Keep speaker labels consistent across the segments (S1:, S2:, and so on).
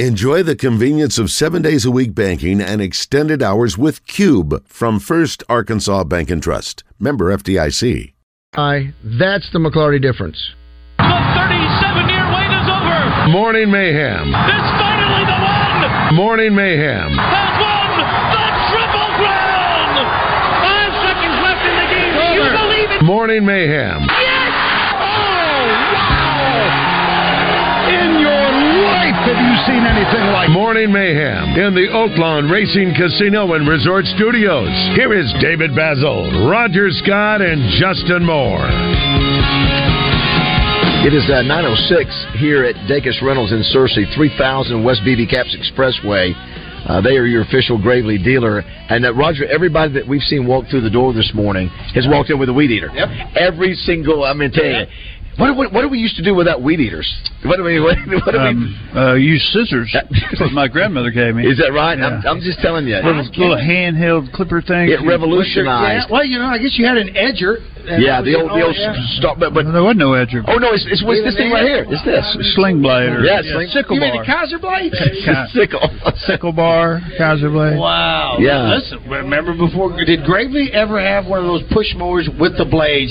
S1: Enjoy the convenience of seven days a week banking and extended hours with Cube from First Arkansas Bank and Trust. Member FDIC.
S2: I. That's the McClarty difference.
S3: The 37 year wait is over.
S2: Morning mayhem.
S3: This finally the one.
S2: Morning mayhem.
S3: Has won the triple crown. Five seconds left in the game. Do you believe it?
S2: Morning mayhem.
S3: Yes. Oh wow.
S2: In your life have you seen anything like Morning mayhem in the Oaklawn Racing Casino and Resort Studios. Here is David Basil, Roger Scott, and Justin Moore.
S4: It is uh, 906 here at Dacus Reynolds in Searcy, 3000 West BB Caps Expressway. Uh, they are your official Gravely dealer. And uh, Roger, everybody that we've seen walk through the door this morning has walked in with a weed eater. Yep. Every single, I'm mean, telling you. What, what, what do we used to do without weed eaters? What do we? What, what do
S5: Um, uh, use scissors. That's what my grandmother gave
S4: we?
S5: me.
S4: Is that right?
S5: Yeah.
S4: I'm, I'm just telling you.
S5: Little, little handheld clipper thing.
S4: It revolutionized.
S6: Yeah, well, you know, I guess you had an edger.
S4: Yeah, the old, the old s stop, but, but
S5: there wasn't no edger.
S4: oh no, it's, it's, it's this thing right here. It's this.
S5: Sling blade. Or,
S4: Yeah, sling-
S5: sickle
S6: You mean
S5: bar.
S6: the Kaiser blade?
S5: Ki-
S4: Sickle.
S5: sickle bar, Kaiser blade.
S6: Wow.
S4: Yeah.
S6: Listen, remember before, did Gravely ever have one of those push mowers with the blades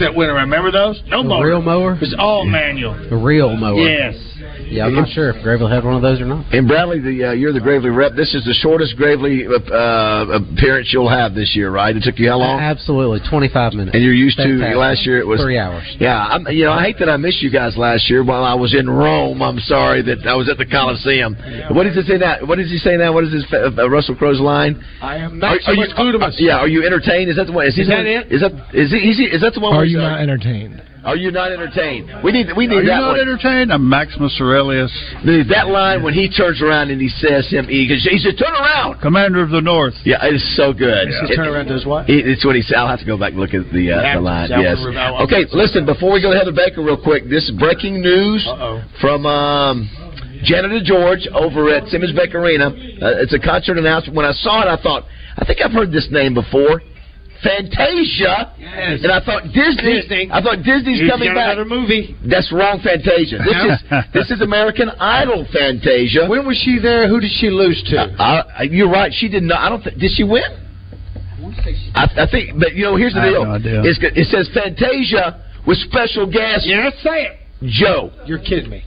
S6: that went around? Remember those? No
S7: A
S6: mower.
S7: real mower?
S6: It was all manual.
S7: A real mower.
S6: Yes.
S7: Yeah, I'm not sure if Gravel had one of those or not.
S4: And Bradley, the, uh, you're the Gravely rep. This is the shortest Gravely uh, uh, appearance you'll have this year, right? It took you how long?
S7: Absolutely, 25 minutes.
S4: And you're used to
S7: Fantastic.
S4: last year it was
S7: Three hours.
S4: Yeah, I'm, you know I hate that I missed you guys last year while I was in Rome. I'm sorry that I was at the Coliseum. What does it say now? What does he say now? What is his uh, uh, Russell Crowe's line?
S6: I am
S4: Are- are you- yeah, are you entertained? Is that the one? Is, he
S6: Is
S4: the
S6: that
S4: one-
S6: it?
S4: Is that is, he, is, he, is that the one?
S8: Are
S4: where
S8: you
S4: he's, uh,
S8: not entertained?
S4: Are you not entertained? We need we need
S5: Are you
S4: that
S5: not
S4: one.
S5: entertained? I'm Maximus Aurelius,
S4: There's that line when he turns around and he says him he, he says turn around.
S5: commander of the north.
S4: Yeah, it is so good. It-
S6: turn around does what?
S4: It- It's what he said. I'll have to go back and look at the, uh,
S6: have
S4: the
S6: to.
S4: line.
S6: Yeah, I
S4: Yes.
S6: wanna- I wanna-
S4: Okay, listen, before we go to Heather Baker real quick, this is breaking news
S6: Uh-oh.
S4: from um, Janitor George over at Simmons Beck Arena. Uh, it's a concert announcement. When I saw it, I thought, I think I've heard this name before. Fantasia,
S6: Yes.
S4: and I thought Disney.
S6: Disney.
S4: I thought Disney's
S6: He's
S4: coming
S6: got
S4: back.
S6: another movie.
S4: That's wrong, Fantasia. This is this is American Idol Fantasia.
S6: When was she there? Who did she lose to?
S4: I, I, you're right. She did not. I don't. Th- did she win? I, I think. But you know, here's the
S5: I have
S4: deal.
S5: no idea.
S4: It's, go- it says Fantasia with special guest
S6: yeah, say it.
S4: Joe,
S6: You're kidding me.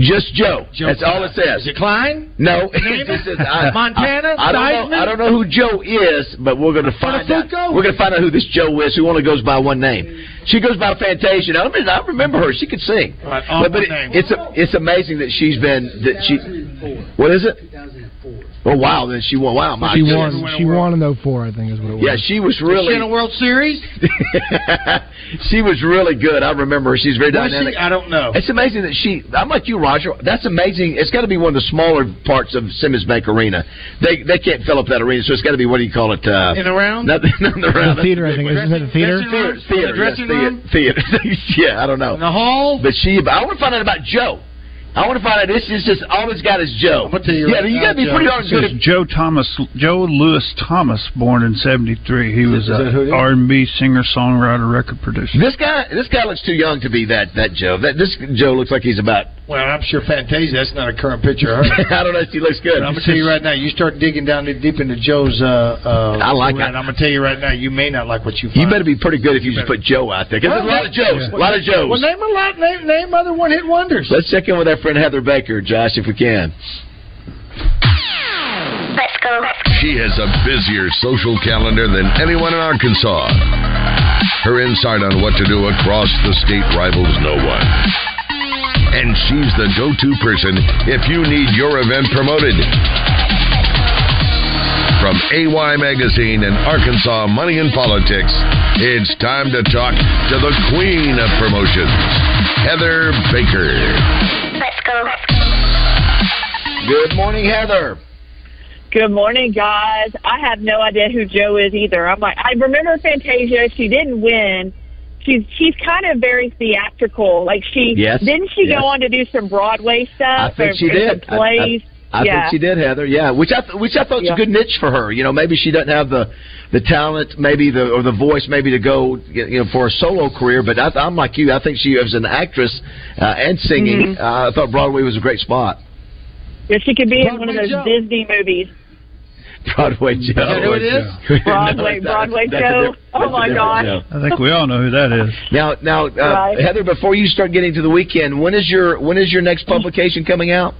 S4: just Joe.
S6: Joe
S4: That's all it says.
S6: Is it Klein?
S4: no,
S6: Name
S4: It says,
S6: it? Montana?
S4: I, I don't know.
S6: Seisman?
S4: I don't know who Joe is, but we're going to find out.
S6: Fuego?
S4: We're going to find out who this Joe is. Who only goes by one name. She goes by Fantasia. Now, I, mean, I remember her. She could sing.
S6: Right, all
S4: but but
S6: one
S4: it-
S6: name.
S4: it's a, it's amazing that she's been that she. What is it? Oh wow! Then she won. Wow, my
S8: She
S4: goodness.
S8: won. She won in 04, I think, is what it was.
S4: Yeah, she was
S6: She in a
S4: really
S6: World Series?
S4: she was really good. I remember her. She's very
S6: Was
S4: dynamic.
S6: she? I don't know.
S4: It's amazing that she. I'm like you, Roger. That's amazing. It's got to be one of the smaller parts of Simmons Bank Arena. They they can't fill up that arena, so it's got to be what do you call it? Uh,
S6: In a round?
S4: Not, not the round.
S8: The theater, I think. Isn't it the theater?
S6: Dressing
S4: Theater,
S6: room?
S4: theater,
S6: The
S4: yes,
S6: dressing room?
S4: theater, theater. yeah, I don't know.
S6: In the hall?
S4: But she, but I want to find out about Joe. I want to find out. This is just all it's got is Joe.
S6: I'll tell you
S4: yeah,
S6: right
S4: you got
S6: now,
S4: to be
S6: Joe.
S4: pretty darn good.
S5: This
S4: At,
S5: is Joe Thomas, Joe Lewis Thomas, born in '73. He was a R&B singer, songwriter, record producer.
S4: this guy, this guy looks too young to be that that Joe. That this Joe looks like he's about.
S6: Well, I'm sure Fantasia, that's not a current picture of her.
S4: I don't know if he looks good.
S6: I'm gonna tell you right now. You start digging down deep into Joe's. Uh, uh,
S4: I like it.
S6: I'm gonna tell you right now. You may not like what you find.
S4: You better be pretty good if you just put Joe out there. 'cause there's a lot of Joes. A lot of Joes.
S6: Well, name a lot. Name name other one hit wonders.
S4: Let's check in with our friend Heather Baker, Josh, if we can.
S9: Let's go.
S1: She has a busier social calendar than anyone in Arkansas. Her insight on what to do across the state rivals no one. And she's the go to person if you need your event promoted. From AY Magazine and Arkansas Money and Politics, it's time to talk to the queen of promotions, Heather Baker.
S9: Let's go.
S4: Good morning, Heather.
S10: Good morning, guys. I have no idea who Joe is either. I'm like, I remember Fantasia. She didn't win. She's she's kind of very theatrical. Like she
S4: Yes,
S10: didn't she
S4: yes.
S10: go on to do some Broadway
S4: I
S10: stuff?
S4: think
S10: or,
S4: she
S10: or
S4: did. I-
S10: Some plays.
S4: I
S10: yeah.
S4: think she did, Heather. Yeah, which I th- which I thought's
S10: Yeah.
S4: a good niche for her. You know, maybe she doesn't have the the talent, maybe the or the voice, maybe to go you know for a solo career. But I,
S10: Mm-hmm.
S4: I'm like you. I think she was an actress uh, and singing. Uh, I thought Broadway was a great spot.
S10: If she could be in one of
S6: Broadway Joe.
S10: those Disney movies,
S4: Broadway Joe.
S6: Is that who it is?
S10: Broadway, Broadway show. Oh my gosh.
S5: I think we all know who that is.
S4: Now, now, uh,
S10: Right.
S4: Heather, before you start getting to the weekend, when is your when is your next publication coming out?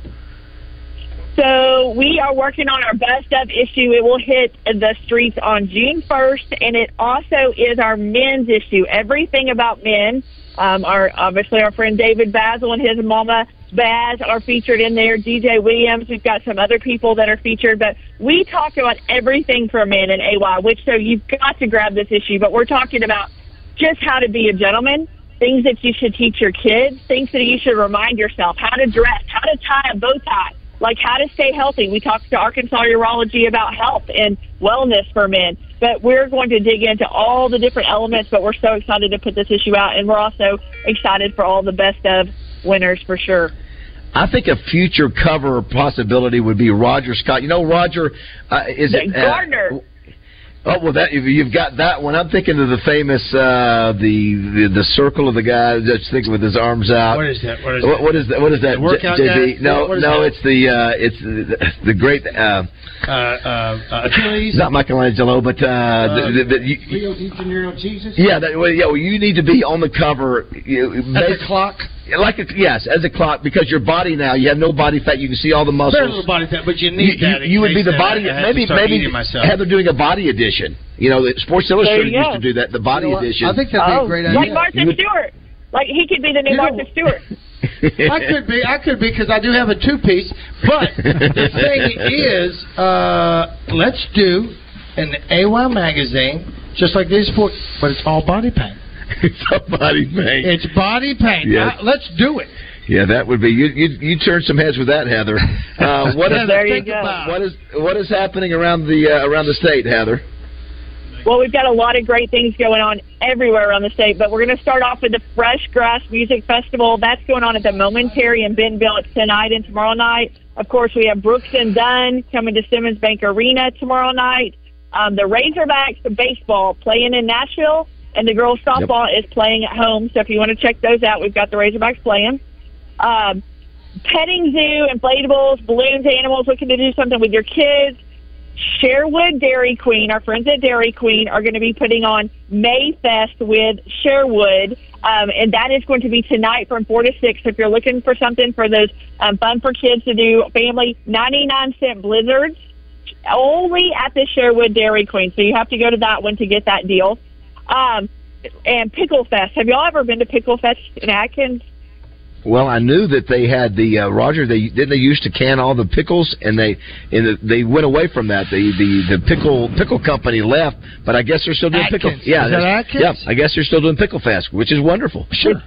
S10: So we are working on our bust up issue. It will hit the streets on June 1st, and it also is our men's issue. Everything about men. Um, our obviously our friend David Basil and his mama Baz are featured in there. DJ Williams. We've got some other people that are featured, but we talk about everything for men in AY. Which so you've got to grab this issue. But we're talking about just how to be a gentleman, things that you should teach your kids, things that you should remind yourself, how to dress, how to tie a bow tie, like how to stay healthy. We talked to Arkansas Urology about health and wellness for men, but we're going to dig into all the different elements, but we're so excited to put this issue out, and we're also excited for all the best of winners for sure.
S4: I think a future cover possibility would be Roger Scott. You know, Roger uh, is it uh,
S10: Gardner.
S4: Oh well, that you've got that one. I'm thinking of the famous uh, the, the the circle of the guy that's thinking with his arms out.
S6: What is that? What is
S4: Uh, What, what is that? What is that?
S6: The workout
S4: J- JB?
S6: guy?
S4: No,
S6: What is
S4: no,
S6: that?
S4: it's the uh, it's the, the great. Uh,
S6: that? Uh, uh, uh, Achilles.
S4: not Michelangelo, but uh, the, the, the, you,
S6: Leo DiGenero Jesus.
S4: yeah, that, well, yeah. Well, you need to be on the cover. You,
S6: At
S4: make-
S6: the clock.
S4: like a, yes, as a clock because your body now you have no body fat. You can see all the
S6: Very
S4: muscles.
S6: little body fat, but you
S4: You,
S6: need
S4: you,
S6: that. in
S4: you would be
S6: case
S4: the
S6: that
S4: body.
S6: I have to
S4: Maybe
S6: start
S4: maybe
S6: eating myself.
S4: Heather doing a body edition. You know, the Sports Illustrated
S10: you
S4: used to
S10: go.
S4: do that. The body
S6: You know what?
S4: edition.
S6: I think that'd be a great idea.
S10: Oh, Like Martha Stewart. Like he could be the
S6: You
S10: new
S6: know-
S10: Martha Stewart.
S6: I could be, I could be, because I do have a two piece. But the thing is, uh, let's do an AY magazine just like these four, but it's all body paint.
S4: it's a body thing.
S6: It's body paint.
S4: Yes.
S6: I- let's do it.
S4: Yeah, that would be you. You, you turn some heads with that, Heather. Uh, what is
S10: There you
S4: think
S10: go.
S4: about- What is what is happening around the uh, around the state, Heather?
S10: Well, we've got a lot of great things going on everywhere around the state, but we're going to start off with the Fresh Grass Music Festival. That's going on at the Momentary in Bentonville. It's tonight and tomorrow night. Of course, we have Brooks and Dunn coming to Simmons Bank Arena tomorrow night. Um, the Razorbacks baseball playing in Nashville, and the girls softball is playing at home. So if you want to check those out, we've got the Razorbacks playing. Um, petting zoo, inflatables, balloons, animals, looking to do something with your kids. Sherwood Dairy Queen, our friends at Dairy Queen, are going to be putting on Mayfest with Sherwood, um, and that is going to be tonight from four to six. If you're looking for something for those um, fun for kids to do, family ninety nine cent blizzards only at the Sherwood Dairy Queen, so you have to go to that one to get that deal. Um, and Pickle Fest. Have y'all ever been to Pickle Fest in Atkins?
S4: Well, I knew that they had the uh, Roger. They didn't they used to can all the pickles, and they and the, they went away from that. The the the pickle pickle company left, but I guess they're still doing pickle.
S6: Atkins.
S4: Yeah,
S6: Is that
S4: that's-
S6: Atkins?
S4: yeah, I guess they're still doing pickle fest, which is wonderful. Sure.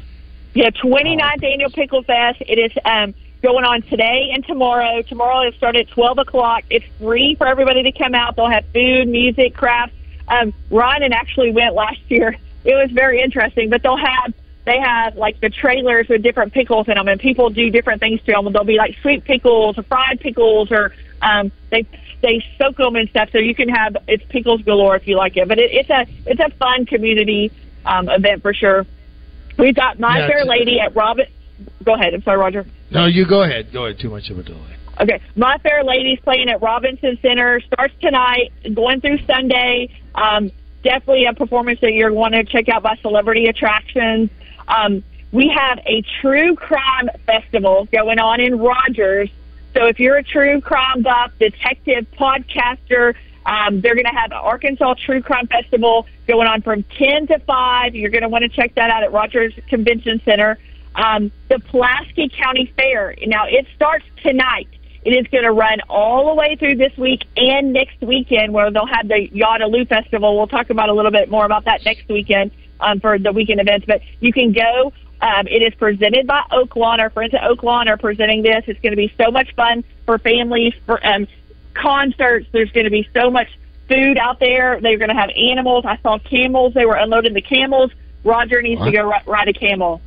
S10: Yeah, 29th Annual Pickle Fest. It is um, going on today and tomorrow. Tomorrow it starts at 12 o'clock. It's free for everybody to come out. They'll have food, music, crafts. Um, Ron and actually went last year. It was very interesting, but they'll have they have like the trailers with different pickles in them, and people do different things to them. They'll be like sweet pickles or fried pickles, or um, they they soak them and stuff. So you can have it's pickles galore if you like it. But it, it's a it's a fun community um, event for sure. We've got My
S6: Yeah,
S10: Fair
S6: it's-
S10: Lady at Robin. Go ahead. I'm sorry, Roger.
S6: No, you go ahead. Go ahead. Too much of a delay.
S10: Okay, My Fair Lady's playing at Robinson Center. Starts tonight, going through Sunday. Um, definitely a performance that you're going to check out by Celebrity Attractions. Um, we have a true crime festival going on in Rogers. So if you're a true crime buff, detective, podcaster, um, they're going to have an Arkansas True Crime Festival going on from 10 to 5. You're going to want to check that out at Rogers Convention Center. Um, the Pulaski County Fair. Now, it starts tonight. It is going to run all the way through this week and next weekend, where they'll have the Yadaloo Festival. We'll talk about a little bit more about that next weekend um, for the weekend events. But you can go. Um, it is presented by Oaklawn. Our friends at Oaklawn are presenting this. It's going to be so much fun for families, for um, concerts. There's going to be so much food out there. They're going to have animals. I saw camels. They were unloading the camels. Roger needs to go ri- ride a camel.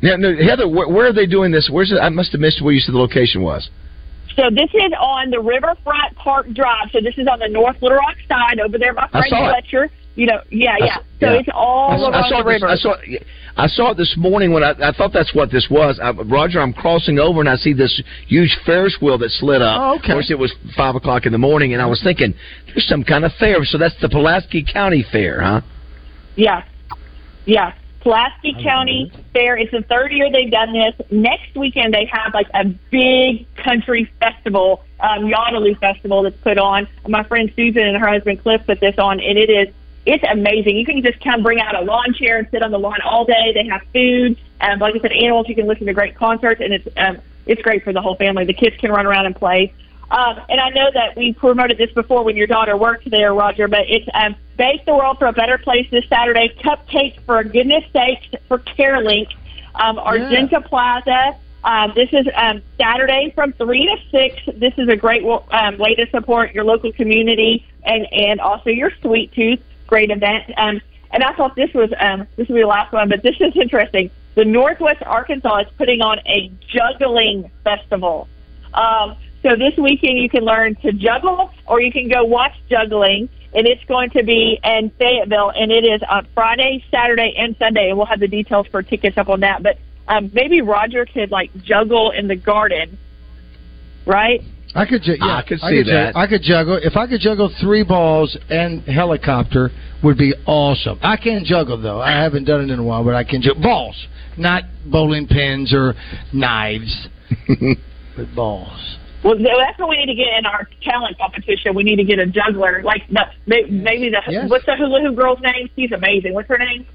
S4: Yeah, no, Heather, where, where are they doing this? Where's it? I must have missed where you said the location was.
S10: So this is on the Riverfront Park Drive. So this is on the North Little Rock side over there by
S4: I
S10: Frank
S4: saw it.
S10: Fletcher. You know, yeah,
S4: I
S10: yeah.
S4: s-
S10: So
S4: yeah.
S10: it's all
S4: I s-
S10: around
S4: I saw
S10: the river.
S4: This, I saw, I saw it this morning when I, I thought that's what this was. I, Roger, I'm crossing over and I see this huge Ferris wheel that slid up.
S6: Oh, okay.
S4: Of course, it was five o'clock in the morning, and I was thinking, there's some kind of fair. So that's the Pulaski County Fair, huh?
S10: Yeah. Yeah. Pulaski County Fair. It's the third year they've done this. Next weekend they have like a big country festival, um, Yodelu Festival that's put on. My friend Susan and her husband Cliff put this on and it is it's amazing. You can just come bring out a lawn chair and sit on the lawn all day. They have food. Um, like I said, animals. You can listen to great concerts, and it's um, it's great for the whole family. The kids can run around and play. Um, and I know that we promoted this before when your daughter worked there, Roger, but it's um, Bake the World for a Better Place this Saturday. Cupcakes for goodness sakes for CareLink. Um, Argenta Plaza. Um, this is um, Saturday from 3 to 6. This is a great um, way to support your local community and, and also your sweet tooth. Great event. Um, and I thought this was um, this would be the last one, but this is interesting. The Northwest Arkansas is putting on a juggling festival. Um, so this weekend you can learn to juggle, or you can go watch juggling, and it's going to be in Fayetteville, and it is on Friday, Saturday, and Sunday. And we'll have the details for tickets up on that. But um, maybe Roger could like juggle in the garden, right?
S6: I could, ju- yeah,
S10: I could
S6: I
S10: see
S6: could ju-
S10: that.
S6: I could juggle. If I could juggle three balls and helicopter, would be awesome. I can juggle though. I haven't done it in a while, but I can juggle balls, not bowling pins or knives, but balls.
S10: Well, th- that's what we need to get in our talent competition. We need to get a juggler, like the, may- maybe the
S6: Yes.
S10: what's the hula hoop girl's name? She's amazing. What's her name?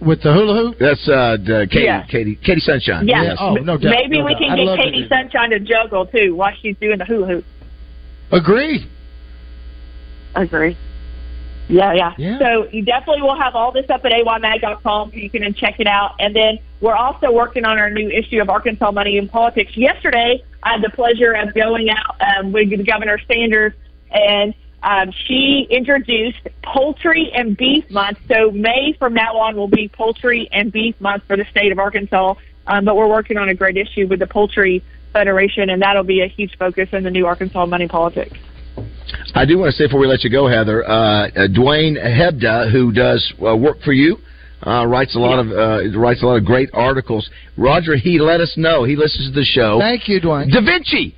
S6: With the hula hoop? Oh,
S4: That's uh, d- uh, Katie,
S10: Yeah.
S4: Katie, Katie Sunshine.
S10: Yeah.
S4: Uh, Yes. Oh,
S10: M- Maybe we can get Katie Sunshine to juggle too while she's doing the hula hoop.
S6: Agree.
S10: Agree. Yeah, yeah. So you definitely will have all this up at aymag.com. You can check it out. And then we're also working on our new issue of Arkansas Money and Politics. Yesterday, I had the pleasure of going out um, with Governor Sanders, and um, she introduced poultry and beef month. So May from now on will be poultry and beef month for the state of Arkansas. Um, but we're working on a great issue with the Poultry Federation, and that'll be a huge focus in the new Arkansas Money Politics.
S4: I do want to say before we let you go, Heather, uh, uh, Dwayne Hebda, who does uh, work for you, uh, writes a lot of uh, writes a lot of great articles. Roger, he let us know he listens to the show.
S6: Thank you, Dwayne.
S4: Da Vinci.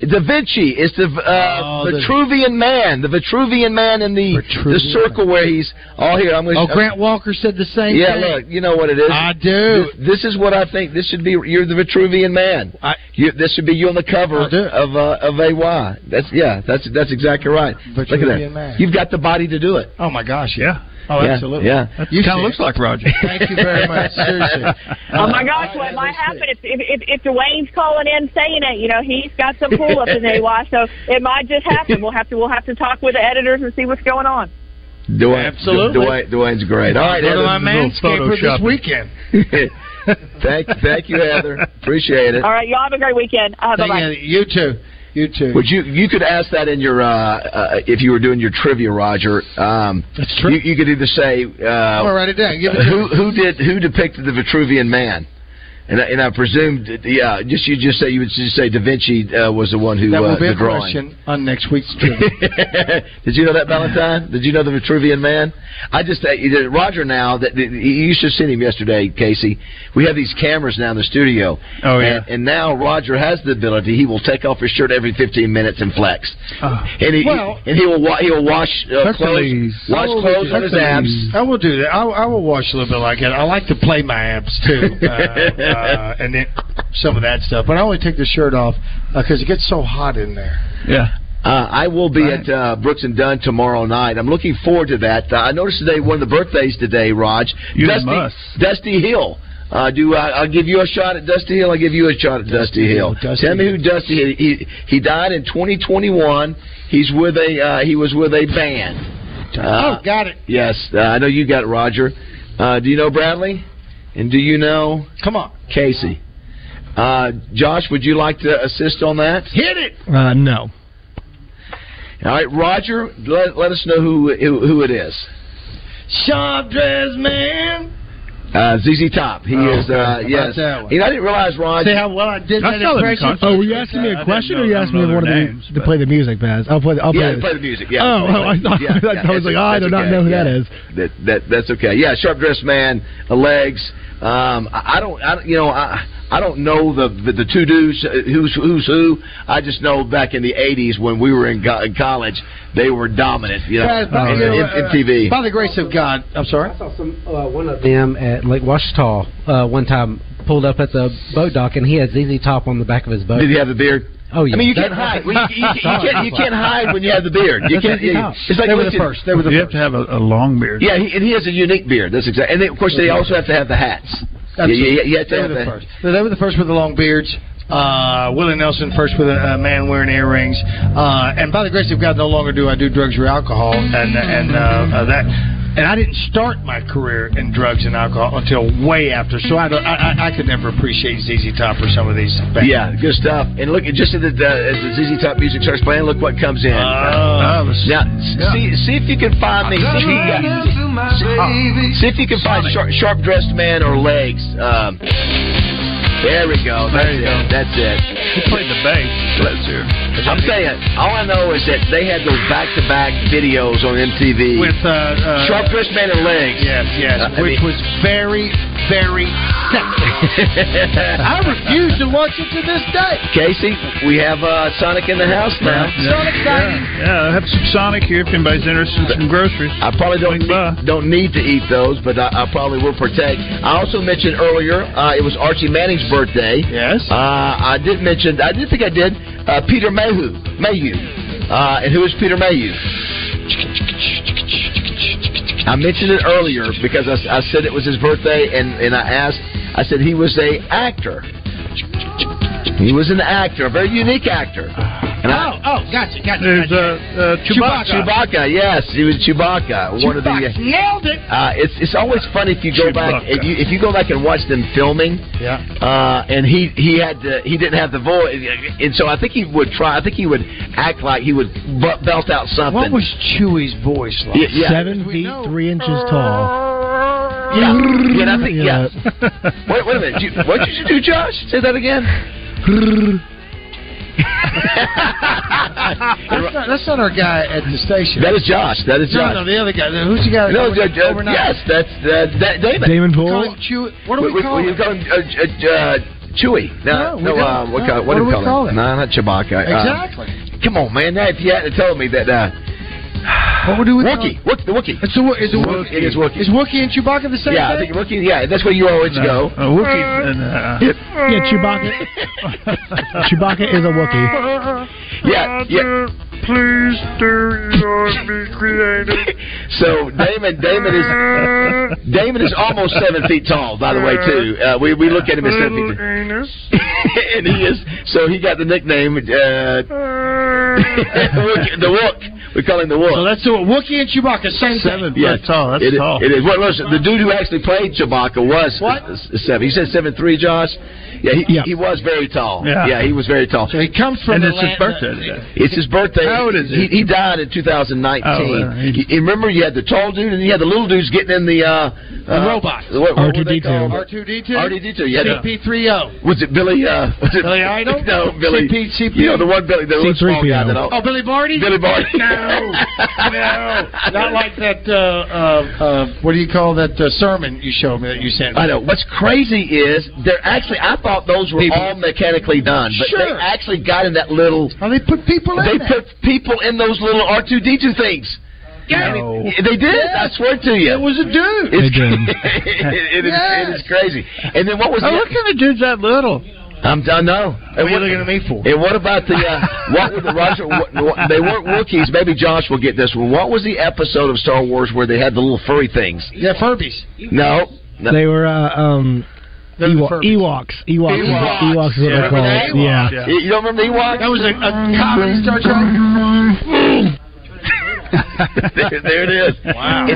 S4: Da Vinci is the
S6: Oh,
S4: uh, Vitruvian man, the Vitruvian man in the the circle where he's all here. I'm going.
S6: Oh, Grant Walker said the same
S4: Yeah,
S6: thing.
S4: look, you know what it is.
S6: I do.
S4: This, this is what I think. This should be you're the Vitruvian man. you, this should be you on the cover of uh, of AY. That's yeah. That's that's exactly right. Look at that.
S6: Vitruvian man.
S4: You've got the body to do it.
S6: Oh my gosh, yeah. Oh,
S4: Yeah,
S6: absolutely.
S4: yeah.
S6: That
S4: You
S6: kinda
S4: see
S6: looks
S4: it.
S6: like Roger. Thank you very much. Seriously. Uh,
S10: Oh my gosh, what might happen if if, if if Dwayne's calling in saying it? You know, he's got some pull up in AY, so it might just happen. We'll have to we'll have to talk with the editors and see what's going on.
S4: Dwayne,
S10: Absolutely.
S4: Dwayne, Dwayne's great. All right,
S6: Go to
S4: Heather.
S6: my manscaper this weekend.
S4: thank, thank you, Heather. Appreciate it.
S10: All right, y'all have a great weekend. Uh, bye bye.
S6: You too. You too.
S4: Would you you could ask that in your uh, uh, if you were doing your trivia, Roger? Um, That's true. You, you could either say uh,
S6: I'm gonna write it down. Give it to
S4: who who did who depicted the Vitruvian man? And I, and I presumed, yeah, just you just say you would just say Da Vinci uh, was the one who
S6: that
S4: uh,
S6: will be
S4: the
S6: a
S4: drawing.
S6: question on next week's trip.
S4: Did you know that Valentine? Did you know the Vitruvian man? I just uh, you know, Roger now that that- you should have seen him yesterday, Casey. We have these cameras now in the studio.
S5: Oh, yeah.
S4: And, and now Roger has the ability. He will take off his shirt every 15 minutes and flex.
S6: Uh,
S4: And he
S6: Well-
S4: and he will wa- he will wash uh, clothes, wash clothes on his abs.
S6: I will do that. I, I will wash a little bit like that. I like to play my abs too, uh, uh, and then some of that stuff. But I only take the shirt off because it gets so hot in there.
S4: Yeah. Uh, I will be at uh, Brooks and Dunn tomorrow night. I'm looking forward to that. Uh, I noticed today one of the birthdays today, Raj.
S5: You
S4: Dusty,
S5: must.
S4: Dusty Hill. Uh, do I, I'll give you a shot at Dusty Hill. I'll give you a shot at Dusty, Hill. Tell me who Dusty Hill. He, he died in 2021. He's with a uh, he was with a band. Uh,
S6: oh, got it.
S4: Yes, uh, I know you got it, Roger. Uh, do you know Bradley? And do you know?
S6: Come on,
S4: Casey. Uh, Josh, would you like to assist on that?
S6: Hit it.
S8: Uh, no.
S4: All right, Roger. Let, let us know who, who who it is.
S6: Sharp dressed man
S4: Uh, ZZ Top. He
S6: Oh,
S4: is,
S6: okay.
S4: uh,
S6: How about
S4: yes.
S6: that one?
S4: You know, I didn't realize, Rod.
S6: See how well I did that impression?
S8: Oh, were you asking me a question or you
S6: I
S8: asking me
S6: don't know
S8: one of
S6: their
S8: the
S6: names,
S8: to play the music, Baz? I'll play. The, I'll
S4: yeah,
S8: play,
S4: play the music. Yeah.
S8: Oh, oh, I thought- I was like, oh, I do not know who that is.
S4: That, that that's okay. Yeah, sharp dressed man, the legs. Um, I, I don't, I don't- you know, I I don't know the the, the two dudes uh, who's who's who. I just know back in the '80s when we were in, go- in college, they were dominant. You know,
S6: Guys, by,
S4: in,
S6: you know,
S4: in-
S6: uh,
S4: MTV.
S6: by the grace of God, I'm sorry. I
S7: saw some uh, one of them at Lake Washita uh, one time pulled up at the boat dock and he had ZZ Top on the back of his boat.
S4: Did he have a beard?
S7: Oh yeah.
S4: I mean, you
S7: That-
S4: can't hide. Well, you, you- you can't, you can't hide when you have the beard. You
S5: That's
S4: can't.
S5: ZZ
S4: you-
S5: Top.
S4: it's like
S5: They were the
S4: listen-
S5: first. They were the You have first. to have a- a long beard.
S4: Yeah, he, and he has a unique beard. That's exactly. And they, of course, they also have to have the hats. Yeah, yeah, yeah.
S6: they were the first. No, They were the first with the long beards. Uh, Willie Nelson first with a, a man wearing earrings. Uh, and by the grace of God, no longer do I do drugs or alcohol, and and uh, uh, that. And I didn't start my career in drugs and alcohol until way after, so I, don't, I, I- I could never appreciate ZZ Top or some of these. Bands.
S4: Yeah, good stuff. And look, just as the, uh, as the ZZ Top music starts playing, look what comes in. Uh, now, s- see, see if you can find me. See if you, got- see if you can find sharp, sharp dressed man or legs. Um, there we go. That's it. That's it. He played the bass. Let's hear. I'm saying, all I know is that they had those back to back videos on MTV
S6: With uh, uh,
S4: sharp dressed man and legs. Uh,
S6: Yes, yes,
S4: I mean-
S6: which was very, very sexy. I refuse to watch it to this day.
S4: Casey, we have uh, Sonic in the house now.
S6: Sonic Sonic.
S4: Yeah, I have some Sonic here if anybody's interested in some groceries. I probably don't need, don't need to eat those, but I, I probably will partake. I also mentioned earlier uh, it was Archie Manning's birthday.
S6: Yes.
S4: Uh, I did mention. I did think I did. Uh, Peter Mayhew. Mayhew. Uh, and who is Peter Mayhew? I mentioned it earlier because I, s- I said it was his birthday, and, and I asked. I said he was a actor. He was an actor, a very unique actor. And I,
S6: Oh, oh, gotcha, gotcha.
S4: There's
S6: uh,
S4: Chewbacca. Chewbacca, yes, he was Chewbacca. One of the.
S6: Chewbacca. Nailed it.
S4: Uh, it's it's always funny if you go back if you if you go back and watch them filming.
S6: Yeah.
S4: Uh, and he he had to, he didn't have the voice, and so I think he would try. I think he would act like he would bu- belt out something. What was
S6: Chewie's voice
S4: Yeah, yeah.
S8: Seven feet three inches tall.
S4: Yeah, yeah, and I think yeah. wait, wait a minute. You, what did you do, Josh? Say that again.
S6: That's not, that's not our guy at the station.
S4: That is Josh. That is Josh.
S6: No, no, the other guy. Who's the guy? that
S4: No,
S6: over-
S4: Judge- uh,
S6: overnight?
S4: yes, that's uh, that, Damon.
S8: Damon
S6: We call
S8: Poole.
S6: him Chew- What do we,
S4: we,
S6: call
S4: we,
S6: him?
S4: we call him? Uh, uh, uh, Chewy.
S6: No,
S4: No,
S6: we
S4: no.
S6: don't.
S4: uh, what,
S6: No,
S4: kind- what, do we call, it? No, not Chewbacca. Uh,
S6: Exactly.
S4: come on, man. Now, if you hadn't told me that. Uh,
S6: what would do we
S4: Wookie? Wook, the Wookie.
S6: It's a, Wo- it's a Wookie.
S4: It is Wookie.
S6: Is Wookie and Chewbacca the same
S4: yeah, I
S6: thing?
S4: think Wookie. Yeah, that's where you always go.
S5: Uh, Wookiees and, uh,
S8: Yeah, Chewbacca. Chewbacca is a Wookiee.
S4: Yeah, yeah.
S3: Please do not be creative.
S4: So Damon, Damon is Damon is almost seven feet tall, by the way, too. Uh, we we look at him as seven feet,
S3: Anus.
S4: and he is. So he got the nickname uh, Wookie- the Wook. We call him the Wook.
S6: So that's the Wookie and Chewbacca, same Seven
S4: Yeah, it is-
S5: tall.
S4: It is. Well, listen, the dude who actually played Chewbacca was uh, s- seven. He said seven three, Josh. Yeah, he, he was very tall.
S5: Yeah.
S4: he was very tall.
S6: So he comes from
S5: And
S6: the
S5: it's his
S6: land-
S5: birthday today.
S4: It's his birthday.
S5: How old is he?
S4: He, died in 2019.
S5: Oh, well,
S4: You- you remember, you had the tall dude and you had the little dudes getting in the uh,
S6: The
S4: uh,
S6: robots.
S4: What, what were they
S8: R2D2.
S4: called?
S6: R2D2.
S4: R2D2, yeah, no.
S6: CP3O.
S4: Was it Billy? Uh, was it
S6: Billy Idol?
S4: No, Billy.
S6: CP, CP.
S4: You know the one Billy, the one small guy that all,
S6: Oh, Billy Barty?
S4: Billy Barty.
S6: No. no. Not like that, uh, uh, uh, what do you call that uh, sermon you showed me that you sent me?
S4: I know. What's crazy is they're actually. I thought those were all mechanically done, but they
S6: Sure.
S4: actually got in that little.
S6: Oh, they put people in
S4: They
S6: there.
S4: put people in those little R two D two things.
S6: No.
S4: They did. I swear to you,
S6: It was a dude.
S4: It's,
S8: They did.
S4: it, it is, it
S6: Yes.
S4: is crazy. And then what was?
S5: Oh,
S4: the,
S5: look at the dude's that little.
S4: I'm I know.
S6: What are
S4: And
S6: you
S4: what,
S6: looking at me for?
S4: and what about the uh, what were the Roger? What, what, they weren't Wookiees. Maybe Josh will get this one. What was the episode of Star Wars where they had the little furry things?
S6: Yeah, Furbies.
S4: No, no.
S8: They were uh, um,
S6: Those
S8: Ewa-
S6: are Furbies.
S8: Ewoks. Ewoks.
S4: Ewoks.
S8: Ewoks is what
S4: Yeah.
S8: they're called. Yeah.
S5: Yeah.
S4: You you don't remember the Ewoks?
S6: That was a, a comedy Star Trek.
S4: there, there it is. Wow.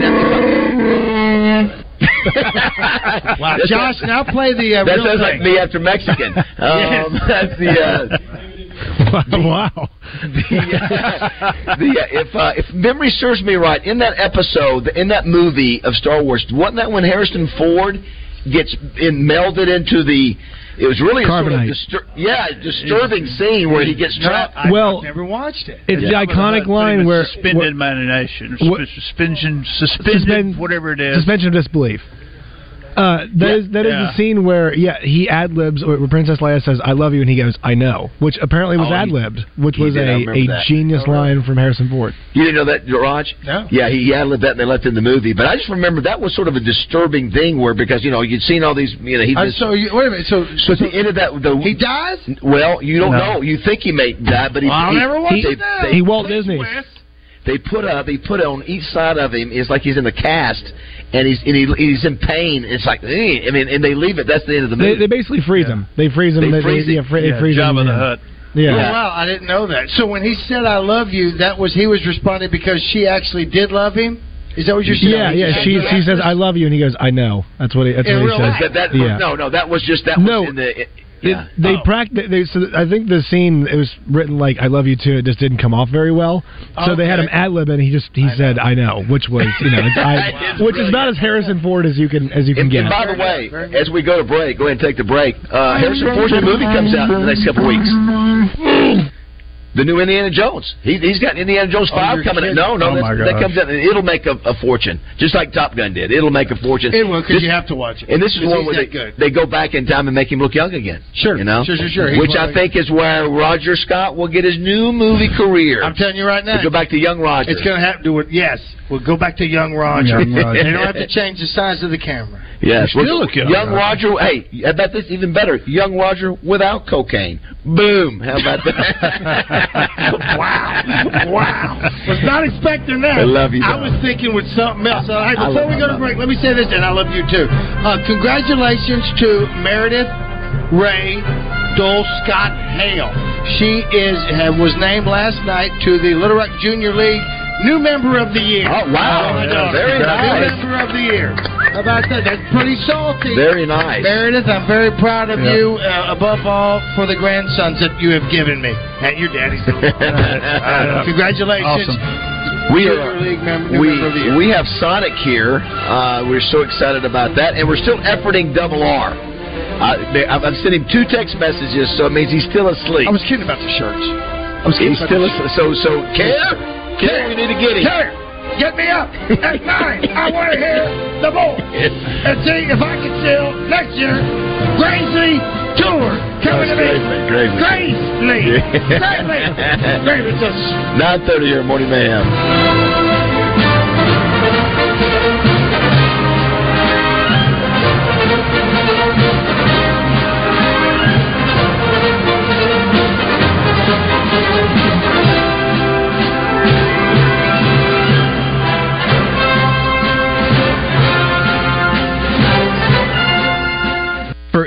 S6: Wow,
S4: That's
S6: Josh,
S4: like-
S6: now play the uh,
S4: that
S6: real
S4: sounds
S6: thing.
S4: like me after Mexican. Um, That's the. Uh,
S8: uh, wow.
S4: the, uh, the uh, if uh, if memory serves me right, in that episode, in that movie of Star Wars, wasn't that when Harrison Ford gets in, melded into the. It was really a sort of
S9: Carbonite.
S4: distur- yeah, disturbing scene where he gets trapped.
S9: Well,
S6: never watched it.
S9: It's the iconic line where
S5: suspended
S9: where-
S5: imagination,
S9: What-
S5: or suspension, suspended,
S9: Suspend-
S5: whatever it is.
S9: suspension of disbelief. Uh, that
S5: Yeah.
S9: is that is
S5: Yeah.
S9: the scene where yeah he ad libs where Princess Leia says I love you and he goes I know which apparently was
S4: Oh, he-
S9: ad libbed which
S4: he
S9: was
S4: did, I
S9: a,
S4: remember
S9: a
S4: that.
S9: genius line from Harrison Ford.
S4: You didn't know that, Raj?
S6: No.
S4: Yeah, he ad libbed that and they left it in the movie. But I just remember that was sort of a disturbing thing where because you know you'd seen all these you know he
S6: Uh,
S4: just,
S6: so you, wait a minute. So, oh,
S4: so at the end of that the he
S6: dies.
S4: Well, you don't
S6: No.
S4: know. You think he may die, but he
S6: Well, I
S4: he,
S6: never watched
S4: they,
S6: that.
S4: They,
S6: He
S9: Walt Disney.
S4: They put up. He put on each side of him. It's like he's in the cast, and he's and he, he's in pain. It's like eh, I mean, and they leave it. That's the end of the
S9: They,
S4: movie.
S9: they basically freeze him. They freeze him.
S4: They freeze
S9: yeah,
S4: him.
S9: fre-
S4: Yeah,
S9: they freeze
S4: Jabba
S9: him.
S4: the
S9: yeah.
S4: Hutt.
S9: Yeah.
S6: Oh, wow, I didn't know that. So when he said "I love you," that was he was responding because she actually did love him. Is that what you're saying?
S9: Yeah, yeah. She she says I love you and he goes I know. That's what he, that's
S6: In
S9: what he
S6: real
S9: says.
S6: life.
S4: That- that-
S9: yeah.
S4: No, no, that was just that
S9: No.
S4: was in the. It,
S9: It-
S4: yeah.
S9: they pract They, so I think the scene it was written like "I love you too." It just didn't come off very well, so they had him ad lib, and he just he said "I know," which was you know, it's, I,
S4: It's
S9: which is about as Harrison Ford as you can as you can get.
S4: And by the way, as we go to break, go ahead and take the break. Uh, Harrison Ford's new movie comes out in the next couple weeks. The new Indiana Jones. He, he's got Indiana Jones
S6: Oh,
S4: five
S6: you're
S4: coming. in.
S6: kidding.
S4: No, no,
S6: Oh,
S4: that's-
S6: my
S4: that
S6: gosh.
S4: comes out. and It'll make a, a fortune, just like Top Gun did. It'll make a fortune.
S6: It will because
S4: This-
S6: you have to watch it.
S4: And this is
S6: 'Cause
S4: one
S6: he's
S4: where they,
S6: that good.
S4: they go back in time and make him look young again.
S6: Sure,
S4: you know,
S6: sure, sure, sure. He's
S4: Which I
S6: one-
S4: think is where Roger Scott will get his new movie career. I'm
S6: telling you right now.
S4: Go back to young Roger.
S6: It's going to happen to it. Yes, we'll go back to young Roger.
S4: Young Roger.
S6: they don't have to change the size of the camera.
S4: Yes,
S6: You
S4: we're-
S6: still look young,
S4: young
S6: Roger.
S4: Roger. Hey, I bet this even better. Young Roger without cocaine. Boom. How about that? wow, wow.
S6: Was not expecting that.
S4: I love you,
S6: I
S4: Don.
S6: was thinking with something else. All right,
S4: I
S6: before
S4: love-
S6: we go to break, let me say this, and I love you too. Uh, congratulations to Meredith Ray Dole Scott Hale. She is uh, was named last night to the Little Rock Junior League New Member of the Year.
S4: Oh, wow.
S6: My daughter.
S4: Very
S6: New
S4: nice.
S6: Member of the Year. How about that? That's pretty salty.
S4: Very nice.
S6: Meredith, I'm very proud of
S4: Yeah.
S6: you, uh, above all for the grandsons that you have given me. And your daddy's. All right. All right. Congratulations.
S4: We
S6: Junior League member, new member of the
S4: we we
S6: year.
S4: have Sonic here. Uh, we're so excited about that, and we're still efforting Double R. Uh, they, I've, I've sent him two text messages, so it means he's still asleep.
S6: I was kidding about the shirts. I was kidding
S4: he's
S6: about
S4: still
S6: the
S4: asleep. So so care. Care, we need to get him.
S6: Care, get me up at nine. I want to hear the more. And see if I can still next year. Gracie Tour coming to me.
S4: Gravely.
S6: Grace Lee. Gravely. Gravely. Just
S4: Nine thirty here, morning mayhem.
S11: For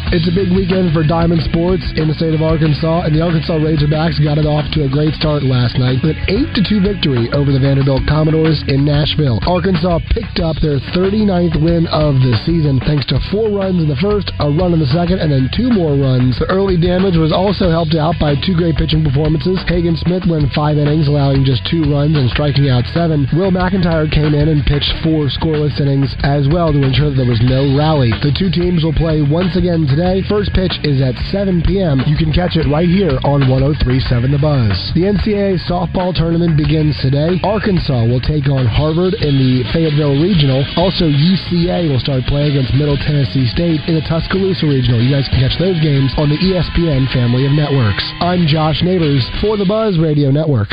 S8: It's a big weekend for Diamond Sports in the state of Arkansas, and the Arkansas Razorbacks got it off to a great start last night with an 8-2 victory over the Vanderbilt Commodores in Nashville. Arkansas picked up their 39th win of the season thanks to four runs in the first, a run in the second, and then two more runs. The early damage was also helped out by two great pitching performances. Hagan Smith went five innings, allowing just two runs and striking out seven. Will McIntyre came in and pitched four scoreless innings as well to ensure that there was no rally. The two teams will play once again today. First pitch is at 7 p.m. You can catch it right here on 1037 The Buzz. The NCAA softball tournament begins today. Arkansas will take on Harvard in the Fayetteville Regional. Also, UCA will start playing against Middle Tennessee State in the Tuscaloosa Regional. You guys can catch those games on the E ESPN family of networks. I'm Josh Neighbors for the Buzz Radio Network.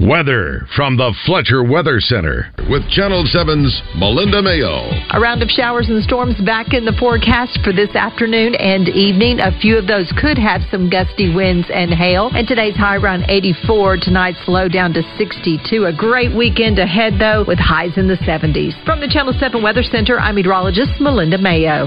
S1: Weather from the Fletcher Weather Center with Channel 7's Melinda Mayo.
S12: A round of showers and storms back in the forecast for this afternoon and evening. A few of those could have some gusty winds and hail. And today's high around 84, tonight's low down to 62. A great weekend ahead, though, with highs in the 70s. From the Channel 7 Weather Center, I'm meteorologist Melinda Mayo.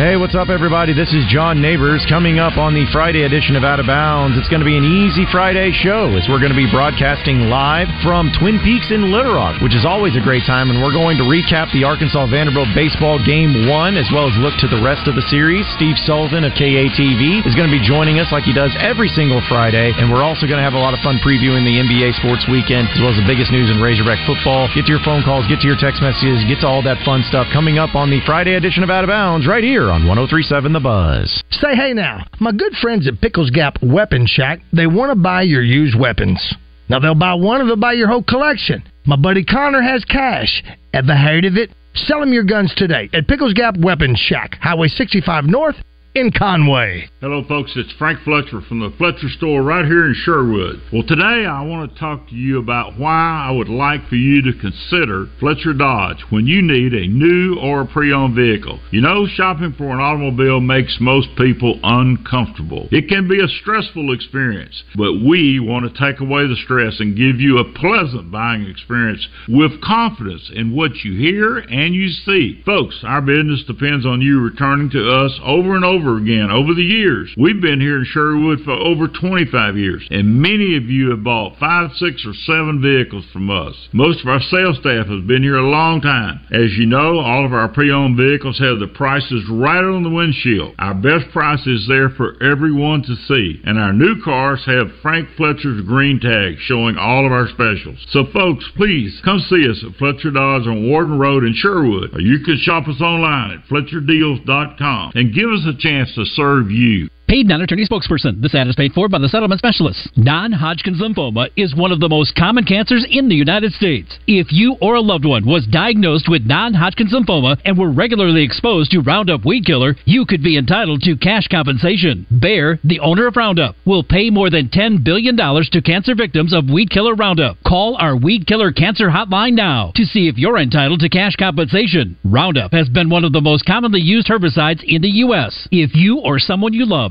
S13: Hey, what's up, everybody? This is John Neighbors. Coming up on the Friday edition of Out of Bounds, it's going to be an easy Friday show as we're going to be broadcasting live from Twin Peaks in Little Rock, which is always a great time. And we're going to recap the Arkansas Vanderbilt baseball game one, as well as look to the rest of the series. Steve Sullivan of KATV is going to be joining us like he does every single Friday. And we're also going to have a lot of fun previewing the NBA sports weekend, as well as the biggest news in Razorback football. Get to your phone calls, get to your text messages, get to all that fun stuff coming up on the Friday edition of Out of Bounds right here on 1037 The Buzz.
S6: Say hey now. My good friends at Pickles Gap Weapon Shack, they want to buy your used weapons. Now they'll buy one and they'll buy your whole collection. My buddy Connor has cash. Ever heard of it? Sell him your guns today at Pickles Gap Weapon Shack, Highway 65 North in Conway.
S14: Hello, folks. It's Frank Fletcher from the Fletcher store right here in Sherwood. Well, today I want to talk to you about why I would like for you to consider Fletcher Dodge when you need a new or a pre owned vehicle. You know, shopping for an automobile makes most people uncomfortable. It can be a stressful experience, but we want to take away the stress and give you a pleasant buying experience with confidence in what you hear and you see. Folks, our business depends on you returning to us over and over again over the years. We've been here in Sherwood for over 25 years, and many of you have bought five, six, or seven vehicles from us. Most of our sales staff has been here a long time. As you know, all of our pre-owned vehicles have the prices right on the windshield. Our best price is there for everyone to see, and our new cars have Frank Fletcher's green tag showing all of our specials. So, folks, please come see us at Fletcher Dodge on Warden Road in Sherwood, or you can shop us online at FletcherDeals.com and give us a chance to serve you.
S15: Paid non-attorney spokesperson. This ad is paid for by the settlement specialist. Non-Hodgkin's lymphoma is one of the most common cancers in the United States. If you or a loved one was diagnosed with non-Hodgkin's lymphoma and were regularly exposed to Roundup weed killer, you could be entitled to cash compensation. Bayer, the owner of Roundup, will pay more than $10 billion to cancer victims of weed killer Roundup. Call our weed killer cancer hotline now to see if you're entitled to cash compensation. Roundup has been one of the most commonly used herbicides in the U.S. If you or someone you love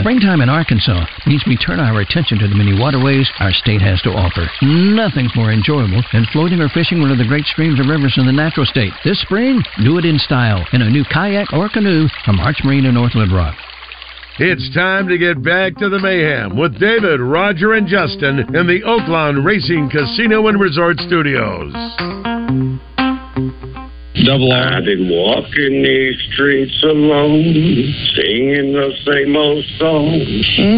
S16: Springtime in Arkansas means we turn our attention to the many waterways our state has to offer. Nothing's more enjoyable than floating or fishing one of the great streams and rivers in the natural state. This spring, do it in style in a new kayak or canoe from Arch Marine in North Little Rock.
S1: It's time to get back to the mayhem with David, Roger, and Justin in the Oaklawn Racing Casino and Resort Studios.
S17: Double R. I've been walking these streets alone, singing the same old song.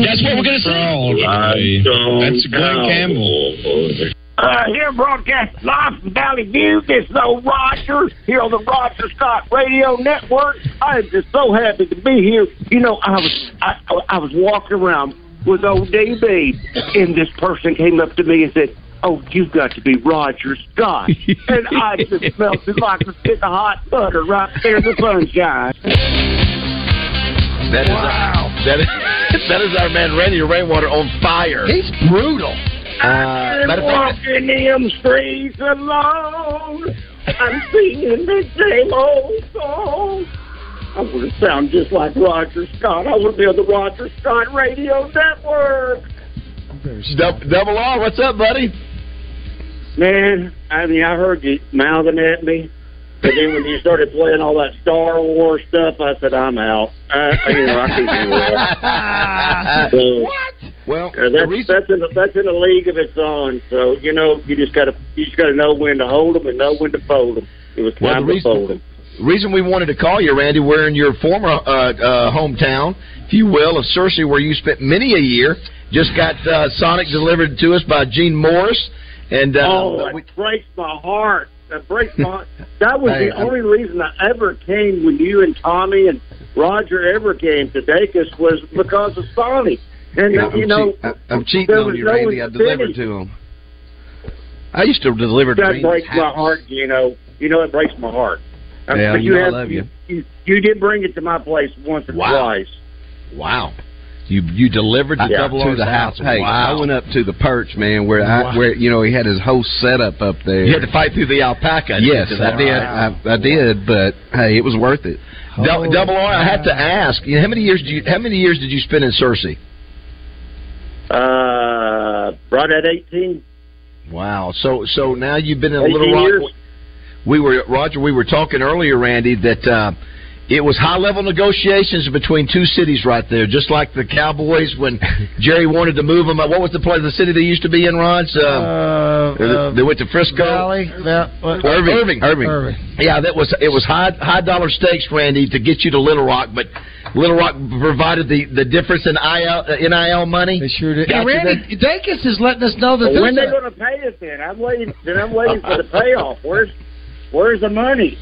S18: That's what we're gonna sing.
S17: That's Glenn Campbell.
S19: Uh, here broadcast live from Valley View. This is old Roger here on the Roger Scott Radio Network. I am just so happy to be here. You know, I was I, I was walking around with old DB, and this person came up to me and said, "Oh, you've got to be Roger Scott," and I just melted like a stick of hot butter right there in the sunshine.
S4: That is our, that is, that is our man Randy Rainwater on fire. He's brutal. Uh, matter of fact,
S19: walking them streets alone. I'm singing the same old song. I want to sound just like Roger Scott. I want to be on the Roger Scott Radio Network.
S4: Dou- Double R, what's up, buddy?
S19: Man, I mean, I heard you mouthing at me, but then when you started playing all that Star Wars stuff, I said, I'm out. I, I- you know, I can do that. So,
S4: Well,
S19: uh, that's, that's in the, that's in a league of its own. So you know, you just gotta you just gotta know when to hold 'em and know when to fold 'em. It was
S4: Well, the
S19: time to
S4: reason-
S19: fold 'em.
S4: reason we wanted to call you, Randy, we're in your former uh, uh, hometown, if you will, of Searcy, where you spent many a year. Just got uh, Sonic delivered to us by Gene Morris, and uh,
S19: oh, it breaks my heart. That breaks my. heart. That was
S4: Hey,
S19: the
S4: I'm-
S19: only reason I ever came when you and Tommy and Roger ever came to Dacus was because of Sonny. And
S4: I'm,
S19: you know,
S4: cheat- I- I'm cheating
S19: there
S4: on
S19: was
S4: you,
S19: no
S4: Randy. I delivered
S19: incentive.
S4: to him. I used to deliver to
S19: that
S4: Randy's
S19: breaks my
S4: house.
S19: heart. You know, you know, it breaks my heart.
S17: Uh,
S4: Yeah,
S17: but
S4: you know I
S17: have-
S4: love you.
S17: you. You did bring it to my place once or twice.
S4: Wow. You you delivered
S17: the
S4: I-
S17: double
S4: to
S17: R's
S4: the house.
S17: house.
S4: Hey,
S17: Wow.
S4: I went up to the perch, man, where I,
S17: Wow.
S4: where you know he had his whole setup up there.
S17: You had to
S4: fight through the alpaca.
S17: didn't
S4: Yes,
S17: you?
S4: I did.
S17: Wow.
S4: I, I did, but hey, it was worth it. Dou-
S17: Holy
S4: double R, I have to ask, you know, how many years did you how many years did you spend in Searcy?
S17: Uh, right at eighteen.
S4: Wow. So so now you've been in Little
S17: 18
S4: Rock.
S17: years.
S4: We were Roger. We were talking earlier, Randy, that uh, it was high level negotiations between two cities right there, just like the Cowboys when Jerry wanted to move them. What was the place, the city they used to be in, Ron's? Uh,
S6: uh,
S4: they went to Frisco.
S6: Valley, Val- what-
S4: Irving, Irving, Yeah, that was it was high high dollar stakes, Randy, to get you to Little Rock, but Little Rock provided the, the difference in IL uh, NIL money. They sure did.
S6: Hey, Randy Dacus is letting us know that
S17: But when they
S6: there's a-
S17: going to pay us? Then I'm waiting. Then I'm waiting for the payoff. Where's Where's the money?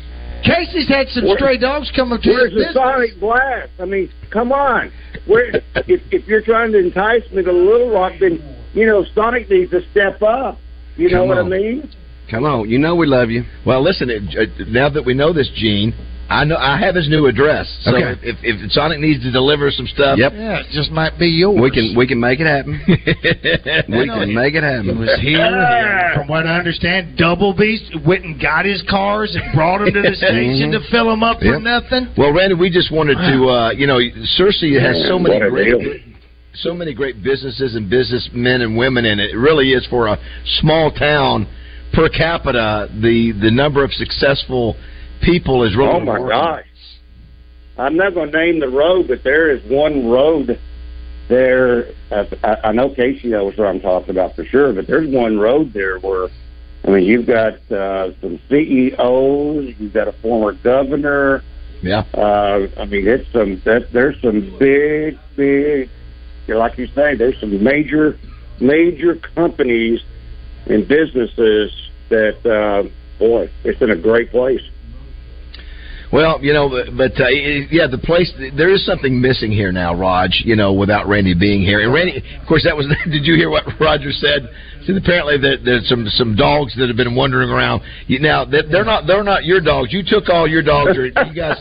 S6: Casey's had some
S17: Where-
S6: stray dogs come up to his
S17: Where's the
S6: business.
S17: sonic blast? I mean, come on. Where if, if you're trying to entice me to Little Rock, then you know Sonic needs to step up. You know
S4: Come
S17: what
S4: on.
S17: I mean?
S4: Come on, you know we love you. Well, listen, it, uh, now that we know this, Gene, I know I have his new address. So
S6: Okay.
S4: if, if Sonic needs to deliver some stuff, yep.
S6: Yeah, it just might be yours.
S4: we can we can make it happen. we
S6: know,
S4: can make it happen.
S6: It was here, here. From what I understand, Double Beast went and got his cars and brought them to the station to fill them up for
S4: Yep.
S6: nothing.
S4: Well, Randy, we just wanted to, uh, you know, Cersei has so
S6: Man,
S4: many
S6: what a
S4: great, so many great businesses and businessmen and women, and it really is for a small town per capita. The the number of successful people is really.
S17: Oh my
S4: important.
S17: gosh! I'm not going to name the road, but there is one road there. I, I- I know Casey knows what I'm talking about for sure, but there's one road there where, I mean, you've got uh, some CEOs, you've got a former governor.
S4: Yeah.
S17: Uh, I mean, it's some that there's some big, big, you know, like you say, there's some major, major companies and businesses that, uh, boy, it's in a great place.
S4: Well, you know, but, but uh, it- yeah, the place there is something missing here now, Raj. You know, without Randy being here, and Randy, of course, that was. did you hear what Roger said? Said apparently that there's some some dogs that have been wandering around. You, now that they're not they're not your dogs. You took all your dogs. Or you guys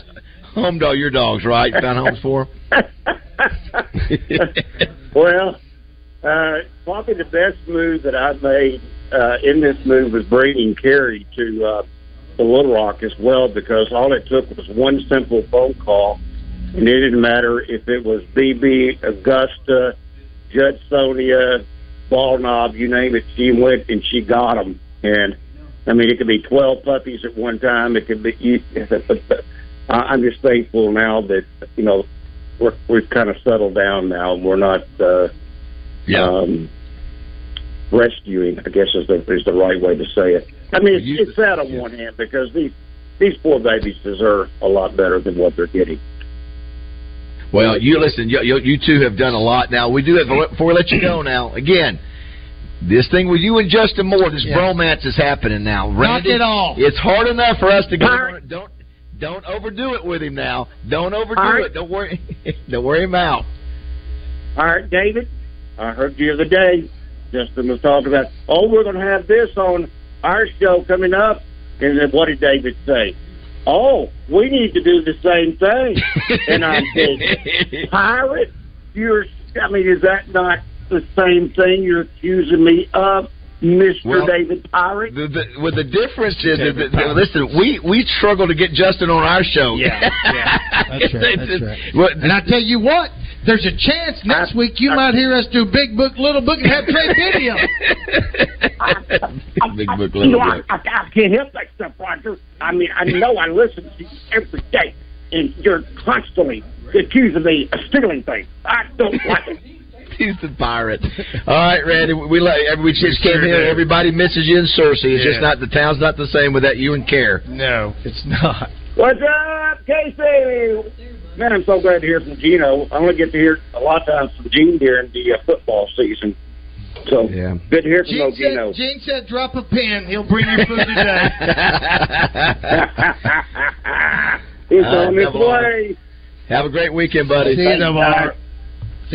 S4: homed all your dogs, right? Found homes for them.
S17: Well, uh, probably the best move that I've made uh, in this move was bringing Kerry to uh, the Little Rock as well, because all it took was one simple phone call, and it didn't matter if it was BB, Augusta, Judsonia, Ball Knob, you name it. She went and she got them, and I mean it could be twelve puppies at one time. It could be. You, I- I'm just thankful now that you know we're, we've kind of settled down now. We're not uh, um, rescuing, I guess is the is the right way to say it. I mean, it's, it's sad on one hand because these these poor babies deserve a lot better than what they're getting.
S4: Well, you listen, you, you, you two have done a lot. Now, we do have, before we let you go now, again, this thing with you and Justin Moore, this bromance is happening now. Randy,
S17: it off.
S4: It's hard enough for us to get.
S17: All
S4: Don't don't overdo it with him now. Don't overdo
S17: All right.
S4: it. Don't worry. don't worry him out.
S17: All right, David, I heard you the other day. Justin was talking about, oh, we're going to have this on our show coming up. And then what did David say? Oh, we need to do the same thing. and I'm thinking, pirate, you're, I mean, is that not the same thing you're accusing me of, Mr.
S4: Well,
S17: David Pirate?
S4: The, the, well, the difference is, that that- that- listen, we, we struggle to get Justin on our show.
S6: Yeah, yeah. That's right, that's right.
S4: Well,
S6: And I tell you what, there's a chance next week you might hear us do Big Book, Little Book, and have Trey Pitty on.
S4: Big book,
S17: You know,
S4: little
S17: I,
S4: book.
S17: I, I can't help that stuff, Roger. I mean, I know I listen to you every day, and you're constantly accusing me of stealing things. I don't like it.
S4: He's the pirate. All right, Randy, we, we, love you. we just came here. Everybody misses you in Cersei. It's just
S6: Yeah.
S4: not the town's not the same without you and Care.
S6: No, it's not.
S17: What's up, Casey? Man, I'm so glad to hear from Gino. I'm going to get to hear a lot of times from Gene during the uh, football season. So good to hear from
S6: Gene
S17: old Gino.
S6: said, Gene said, drop a pin. He'll bring your food today.
S17: He's
S4: Uh,
S17: on his
S4: double R.
S17: way.
S4: Have a great weekend, buddy.
S17: See you, Double R.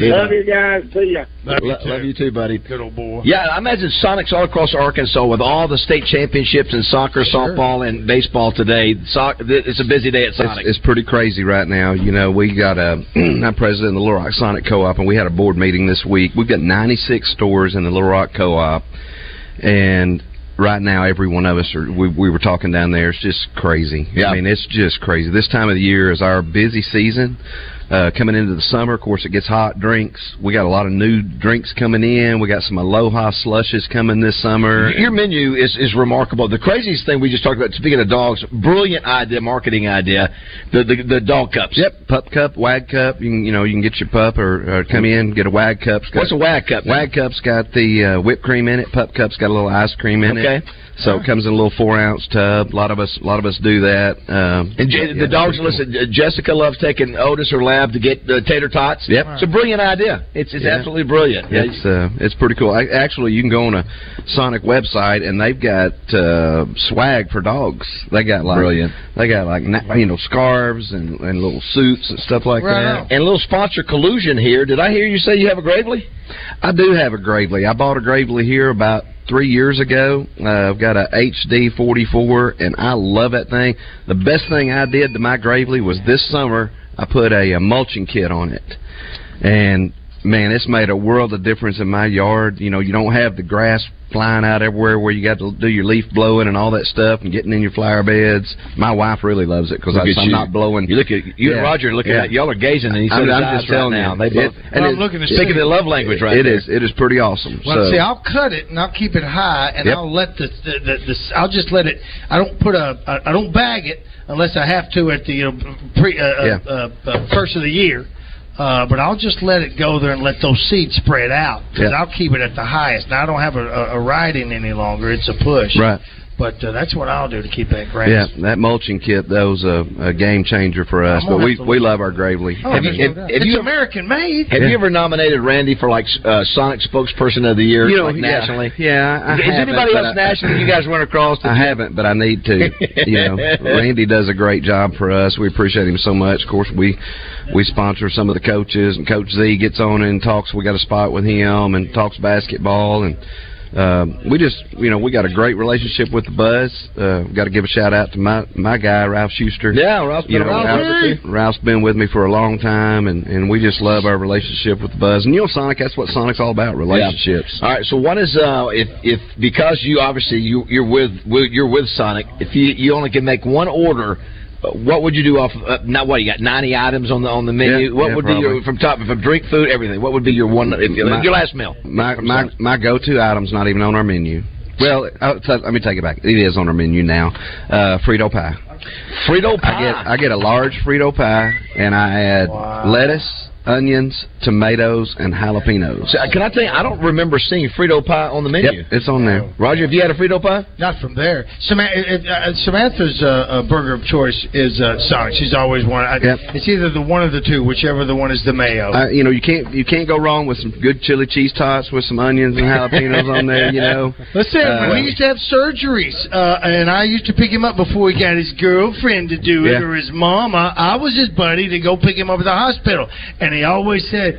S17: Love you guys. See ya.
S4: Lo- love you too, buddy.
S6: Good old boy.
S4: Yeah, I imagine Sonics all across Arkansas with all the state championships in soccer, softball, and baseball today. Soc- th- it's a busy day at Sonic.
S20: It's, it's pretty crazy right now. You know, we got a I'm president of the Little Rock Sonic Co-op, and we had a board meeting this week. We've got 96 stores in the Little Rock Co-op, and right now every one of us are. We, we were talking down there. It's just crazy.
S4: Yeah.
S20: I mean, it's just crazy. This time of the year is our busy season. Uh, coming into the summer, of course, it gets hot. Drinks. We got a lot of new drinks coming in. We got some Aloha slushes coming this summer.
S4: Your menu is, is remarkable. The craziest thing we just talked about, speaking of dogs, brilliant idea, marketing idea, the the, the dog cups.
S20: Yep, pup cup, wag cup. You can, you know you can get your pup or, or come in get a wag cup. It's got-
S4: What's a wag cup?
S20: Wag cup's got the uh, whipped cream in it. Pup cup's got a little ice cream in it.
S4: Okay.
S20: So it comes in a little four ounce tub. A lot of us, a lot of us do that. Um,
S4: And J- the dogs, listen, J- Jessica loves taking Otis or Lab to get the tater tots.
S20: Yep.
S4: It's a brilliant idea. It's, it's
S20: Yeah.
S4: absolutely brilliant. Yeah,
S20: It's uh, it's pretty cool. I, actually, you can go on a Sonic website and they've got uh, swag for dogs. They got like
S4: Brilliant.
S20: They got like na- you know scarves and, and little suits and stuff like
S4: Right
S20: that.
S4: on. And a little sponsor collusion here. Did I hear you say you have a Gravely?
S20: I do have a Gravely. I bought a Gravely here about three years ago. Uh, I've got a HD 44, and I love that thing. The best thing I did to my Gravely was this summer I put a, a mulching kit on it, and man, it's made a world of difference in my yard. You know, you don't have the grass flying out everywhere where you got to do your leaf blowing and all that stuff and getting in your flower beds. My wife really loves it because
S4: Look at
S20: I'm
S4: you.
S20: not blowing.
S4: You look at you and Roger are looking at y'all are gazing in each
S20: I'm,
S4: other's
S20: I'm
S4: eyes
S20: just
S4: right
S20: telling
S4: now.
S20: you.
S4: They both- Well, I'm looking to speaking see. their love language right
S20: It
S4: there.
S20: is. It is pretty awesome.
S6: Well,
S20: so,
S6: see, I'll cut it and I'll keep it high, and
S20: Yep.
S6: I'll let the, the, the, the I'll just let it. I don't put a. I, I don't bag it unless I have to at the you know, pre, uh,
S20: Yeah.
S6: uh, uh, uh, first of the year. Uh, but I'll just let it go there and let those seeds spread out because
S20: Yeah.
S6: I'll keep it at the highest. Now I don't have a, a, a ride in any longer; it's a push.
S20: Right.
S6: But uh, that's what I'll do to keep that grass.
S20: Yeah, that mulching kit that was a, a game changer for us.
S6: I'm
S20: But
S6: gonna
S20: we
S6: have to
S20: we love our Gravely.
S6: Oh,
S4: Have you-
S6: there's no
S4: have-
S6: doubt.
S4: have
S6: it's
S4: you-
S6: American made.
S4: Have you ever nominated Randy for like uh, Sonic spokesperson of the year,
S20: You know,
S4: like
S20: yeah.
S4: nationally?
S20: Yeah, I
S4: Is
S20: haven't,
S4: anybody
S20: but
S4: else
S20: I-
S4: nationally you guys run across? that
S20: I
S4: you-
S20: haven't, but I need to. You know, Randy does a great job for us. We appreciate him so much. Of course, we we sponsor some of the coaches, and Coach Z gets on and talks. We got a spot with him and talks basketball, and um, we just you know we got a great relationship with the Buzz. Uh, got to give a shout out to my my guy Ralph Schuster.
S4: Yeah, Ralph's been
S20: you know,
S4: around
S20: Ralph, Ralph's been with me for a long time, and and we just love our relationship with the Buzz. And you know, Sonic, that's what Sonic's all about relationships.
S4: All right. So what is uh, if if because you obviously you you're with with- you're with Sonic, if you you only can make one order, uh, what would you do off? Uh, not what you got ninety items on the on the menu.
S20: Yeah,
S4: what
S20: yeah,
S4: would be your
S20: probably.
S4: from top from drink, food, everything? What would be your one if,
S20: My-
S4: your last meal?
S20: My my my go-to item's not even on our menu. Well, I, t- let me take it back. It is on our menu now. Uh, Frito pie.
S4: Frito
S20: pie. I get I get a large Frito pie, and I add lettuce, onions, tomatoes, and jalapenos.
S4: So, uh, can I tell you? I don't remember seeing Frito pie on the menu.
S20: Yep, it's on there.
S4: Roger, have you had a Frito pie?
S6: Not from there. Samantha, uh, Samantha's uh, uh, burger of choice is uh, Sonic. She's always one. I, It's either the one of the two, whichever the one is the mayo.
S20: Uh, you know you can't you can't go wrong with some good chili cheese tots with some onions and jalapenos on there. You know.
S6: Listen,
S20: Uh,
S6: when he used to have surgeries, uh, and I used to pick him up before he got his girlfriend to do it
S20: Yeah.
S6: or his mama. I was his buddy to go pick him up at the hospital, and he always said.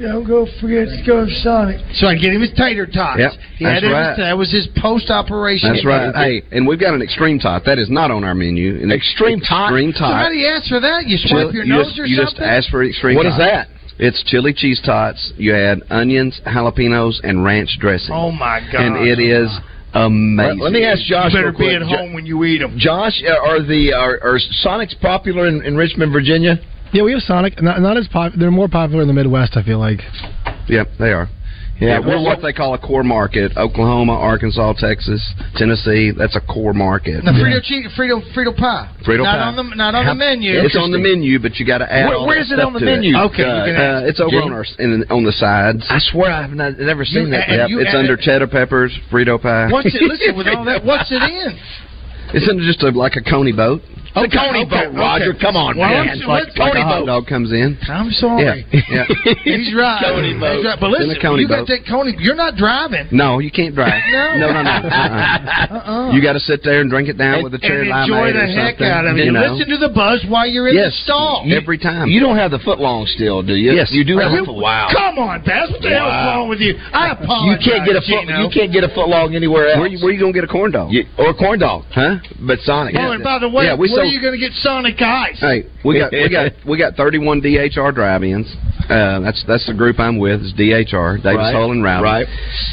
S6: Don't go forget to go Sonic. So I get him his tater tots.
S20: Yep,
S6: He had
S20: that's
S6: it-
S20: right.
S6: That was his post-operation.
S20: That's right. Hey, and we've got an extreme tot that is not on our menu. An extreme tot. Extreme tot.
S6: So how do you ask for that? You
S20: Chili-
S6: swipe your
S20: you
S6: nose
S20: just,
S6: or
S20: you
S6: something?
S20: just ask for extreme.
S6: What
S20: What is
S6: is that?
S20: It's chili cheese tots. You add onions, jalapenos, and ranch dressing.
S6: Oh my God!
S20: and it is amazing.
S4: Let, let me ask Josh.
S6: Better
S4: real quick.
S6: be at home when you eat them.
S4: Josh, uh, are the are, are Sonics popular in, in Richmond, Virginia?
S9: Yeah, we have Sonic. Not, not as pop. They're more popular in the Midwest. I feel like.
S20: Yep, they are.
S9: Yeah,
S20: Yeah, we're what they call a core market: Oklahoma, Arkansas, Texas, Tennessee. That's a core market.
S6: The Frito, cheese, Frito, Frito pie.
S20: Frito
S6: not
S20: pie.
S6: On the, not on the menu.
S20: It's on the menu, but you got to add.
S6: Where-
S20: all
S6: where
S20: that
S6: is it
S20: stuff
S6: on the
S20: to
S6: menu?
S20: It.
S6: Okay, you can
S20: uh,
S6: ask.
S20: it's over
S6: Jimmy.
S20: on our in, on the sides. I
S4: swear I've not, never
S6: seen You- that. and
S20: Yep,
S6: you
S20: it's
S6: add
S20: under
S6: it-
S20: cheddar peppers, Frito pie.
S6: What's it? Listen, with all that, what's it in?
S20: It's in just a, like a coney boat. It's a Coney
S19: okay,
S20: boat, Roger.
S19: okay.
S20: Come on,
S19: Well,
S20: man.
S19: I'm-
S20: It's like,
S19: let's-
S20: like
S19: Coney
S20: a hot
S19: boat.
S20: dog comes in.
S19: I'm sorry.
S20: Yeah. yeah.
S19: He's right.
S20: Coney boat.
S19: He's right. But
S20: It's in
S19: listen,
S20: a Coney
S19: you got
S20: boat.
S19: to take Coney. You're not driving.
S20: No, you can't drive.
S19: No.
S20: no, no, no. Uh-uh.
S19: Uh-uh.
S20: You got to sit there and drink it
S19: And-
S20: down with a cherry
S19: and enjoy
S20: limeade
S19: the
S20: or
S19: heck
S20: something,
S19: out of it.
S20: you know.
S19: Listen to the buzz while you're in
S20: Yes.
S19: the stall.
S20: every time. You don't have the foot long still, do you? Yes, you do have a foot. Wow.
S19: Come on, Bass. What the hell's
S20: Wow.
S19: wrong with you? I
S20: You
S19: apologize.
S20: can't get a foot.
S19: Gino.
S20: You can't get a foot long anywhere else. Where you, where you gonna get a corn dog? or a corn dog? Huh? But Sonic.
S19: Oh, and by the way, where
S20: yeah, we
S19: are
S20: sold- Uh,
S19: you going to get Sonic Ice?
S20: Hey, we got we got we got 31 DHR drive-ins. Uh, that's that's the group I'm with. Is DHR Davis
S19: Right.
S20: Hole and Rowdy. Right.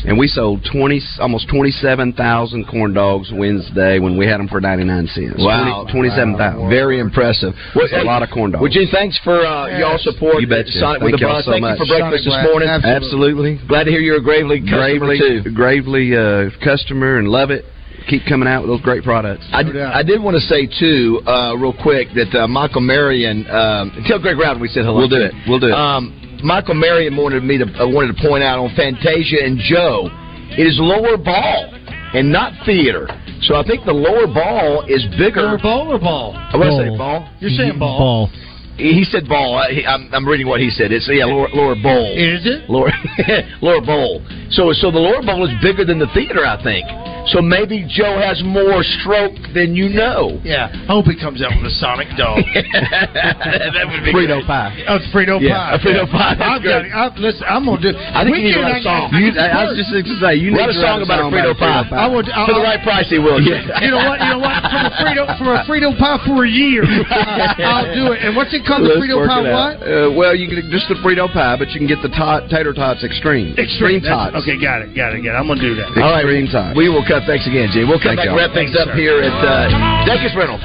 S20: And we sold 20 almost 27,000 corn dogs Wednesday when we had them for 99 cents.
S4: Wow.
S20: 20 27,000.
S4: Very impressive.
S20: That's a lot of corn dogs.
S4: Would you thanks for uh,
S20: Yes.
S4: y'all support
S20: You betcha.
S4: Sonic with
S20: Thank
S4: the
S20: y'all
S4: Buzz.
S20: so
S4: Thank
S20: much.
S4: you for breakfast
S20: Sonic
S4: this morning.
S20: Blast. Absolutely.
S4: Glad to hear you're a Gravely customer
S20: Gravely,
S4: too.
S20: Gravely uh, customer and love it. Keep coming out with those great products.
S4: I, I did want to say too, uh, real quick, that uh, Michael Marion. Um, tell Greg Rowden we said hello.
S20: We'll do it. We'll do it.
S4: Um, Michael Marion wanted me to uh, wanted to point out on Fantasia and Joe, it is lower ball and not theater. So I think the lower ball is bigger. Lower
S19: ball or ball?
S4: I want to say ball. Mm-hmm.
S19: You're saying ball.
S4: He said ball. I, he, I'm, I'm reading what he said. It's yeah, lower, lower bowl.
S19: Is it
S4: lower lower bowl? So so the lower bowl is bigger than the theater, I think. So maybe Joe has more stroke than you know.
S19: Yeah, I hope he comes out with a Sonic dog.
S4: that would be Frito pie.
S19: Oh, it's Frito
S4: Yeah,
S19: pie.
S4: a Frito pie, that's
S19: I've got
S4: good.
S19: it. I've, listen, I'm gonna do.
S4: I think you need to write a song. You- I- I was just gonna say, you Write need a to write song a about a song Frito about a pie. Frito pie.
S19: I would, I,
S4: For the right price, he will.
S19: oh You know what? You know what? From a Frito, from a Frito pie for a year, I'll do it. And what's it called? The
S20: Let's
S19: Frito
S20: work
S19: pie
S20: it out.
S19: what?
S20: Uh, well, you can just the Frito pie, but you can get the tot, tater tots extreme.
S19: Extreme
S20: tots.
S19: Okay, got it, got it, got it. I'm gonna do that.
S20: All right, Extreme Tots.
S4: We will cut. Thanks again, Jay. We'll come
S20: Thank
S4: back
S20: y'all.
S4: and wrap things
S20: Thanks,
S4: up
S20: sir.
S4: here at uh, Deckers Reynolds.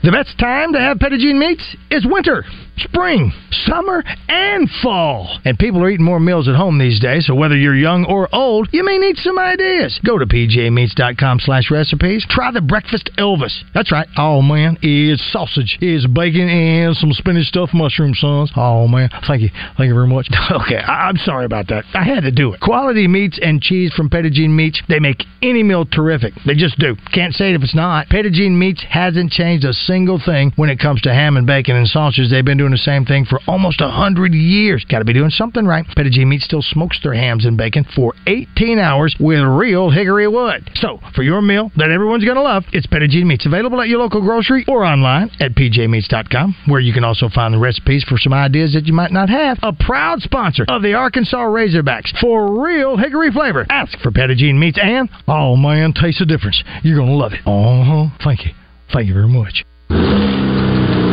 S6: The best time to have Pettigene meats is winter, spring, summer, and fall. And people are eating more meals at home these days, so whether you're young or old, you may need some ideas. Go to pjmeats.com slash recipes. Try the Breakfast Elvis. That's right. Oh, man, is sausage, is bacon, and some spinach stuffed mushroom sauce. Oh, man. Thank you. Thank you very much. okay, I- I'm sorry about that. I had to do it. Quality meats and cheese from Pettigene Meats, they make any meal terrific. They just do. Can't say it if it's not. Pettigene Meats hasn't changed a single thing when it comes to ham and bacon and sausage. They've been doing the same thing for almost a hundred years. Got to be doing something right. Pettigene Meats still smokes their hams and bacon for 18 hours with real hickory wood. So for your meal that everyone's gonna love, it's Pettigene Meats. Available at your local grocery or online at pjmeats.com, where you can also find the recipes for some ideas that you might not have. A proud sponsor of the Arkansas Razorbacks for real hickory flavor. Ask for Pettigene Meats and oh man, taste the difference. You're gonna love it. Uh huh. Thank you. Thank you very much.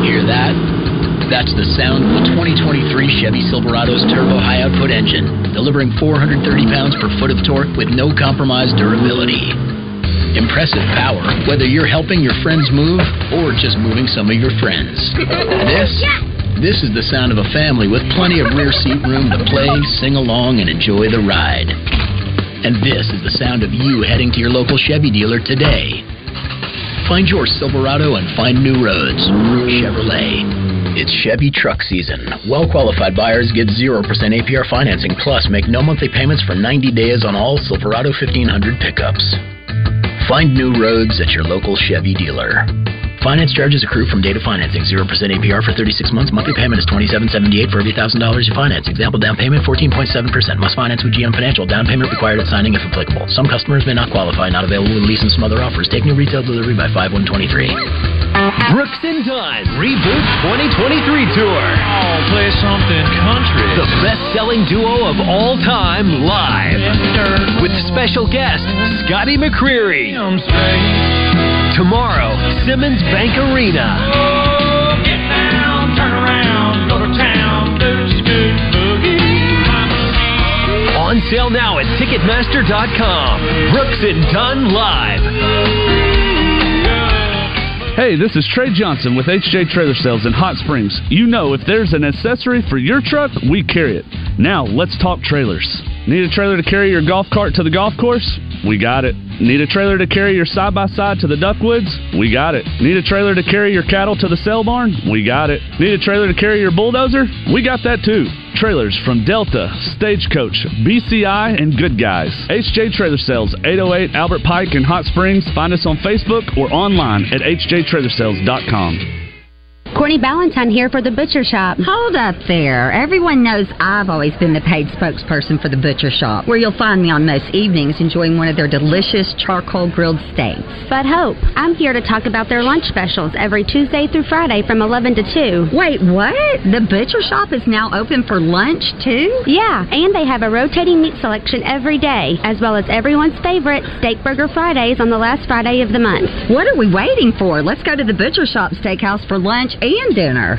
S21: Hear that? That's the sound of the 2023 Chevy Silverado's turbo high output engine, delivering 430 pounds per foot of torque with no compromised durability. Impressive power, whether you're helping your friends move or just moving some of your friends. This, this is the sound of a family with plenty of rear seat room to play, sing along, and enjoy the ride. And this is the sound of you heading to your local Chevy dealer today. Find your Silverado and find new roads. Chevrolet. It's Chevy truck season. Well qualified buyers get 0% APR financing, plus, make no monthly payments for 90 days on all Silverado 1500 pickups. Find new roads at your local Chevy dealer. Finance charges accrue from date of financing. 0% APR for 36 months. Monthly payment is $27.78 for every $1,000 you finance. Example down payment 14.7%. Must finance with GM Financial. Down payment required at signing if applicable. Some customers may not qualify. Not available with lease and some other offers. Take new retail delivery by 5123.
S15: Brooks and Dunn Reboot 2023 Tour. Oh, play something country. The best-selling duo of all time live. With special guest, Scotty McCreery. Tomorrow, Simmons Bank Arena. On sale now at Ticketmaster.com. Brooks and Dunn Live.
S22: Hey, this is Trey Johnson with HJ Trailer Sales in Hot Springs. You know, if there's an accessory for your truck, we carry it. Now, let's talk trailers. Need a trailer to carry your golf cart to the golf course? We got it. Need a trailer to carry your side by side to the duckwoods? We got it. Need a trailer to carry your cattle to the sale barn? We got it. Need a trailer to carry your bulldozer? We got that too. Trailers from Delta, Stagecoach, BCI, and Good Guys. HJ Trailer Sales, 808 Albert Pike in Hot Springs. Find us on Facebook or online at hjtrailersales.com.
S3: Courtney Ballantyne here for the Butcher Shop. Hold up there. Everyone knows I've always been the paid spokesperson for the Butcher Shop, where you'll find me on most evenings enjoying one of their delicious charcoal grilled steaks.
S7: But Hope, I'm here to talk about their lunch specials every Tuesday through Friday from 11 to 2.
S3: Wait, what? The Butcher Shop is now open for lunch, too?
S7: Yeah, and they have a rotating meat selection every day, as well as everyone's favorite Steak Burger Fridays on the last Friday of the month.
S3: What are we waiting for? Let's go to the Butcher Shop Steakhouse for lunch and dinner.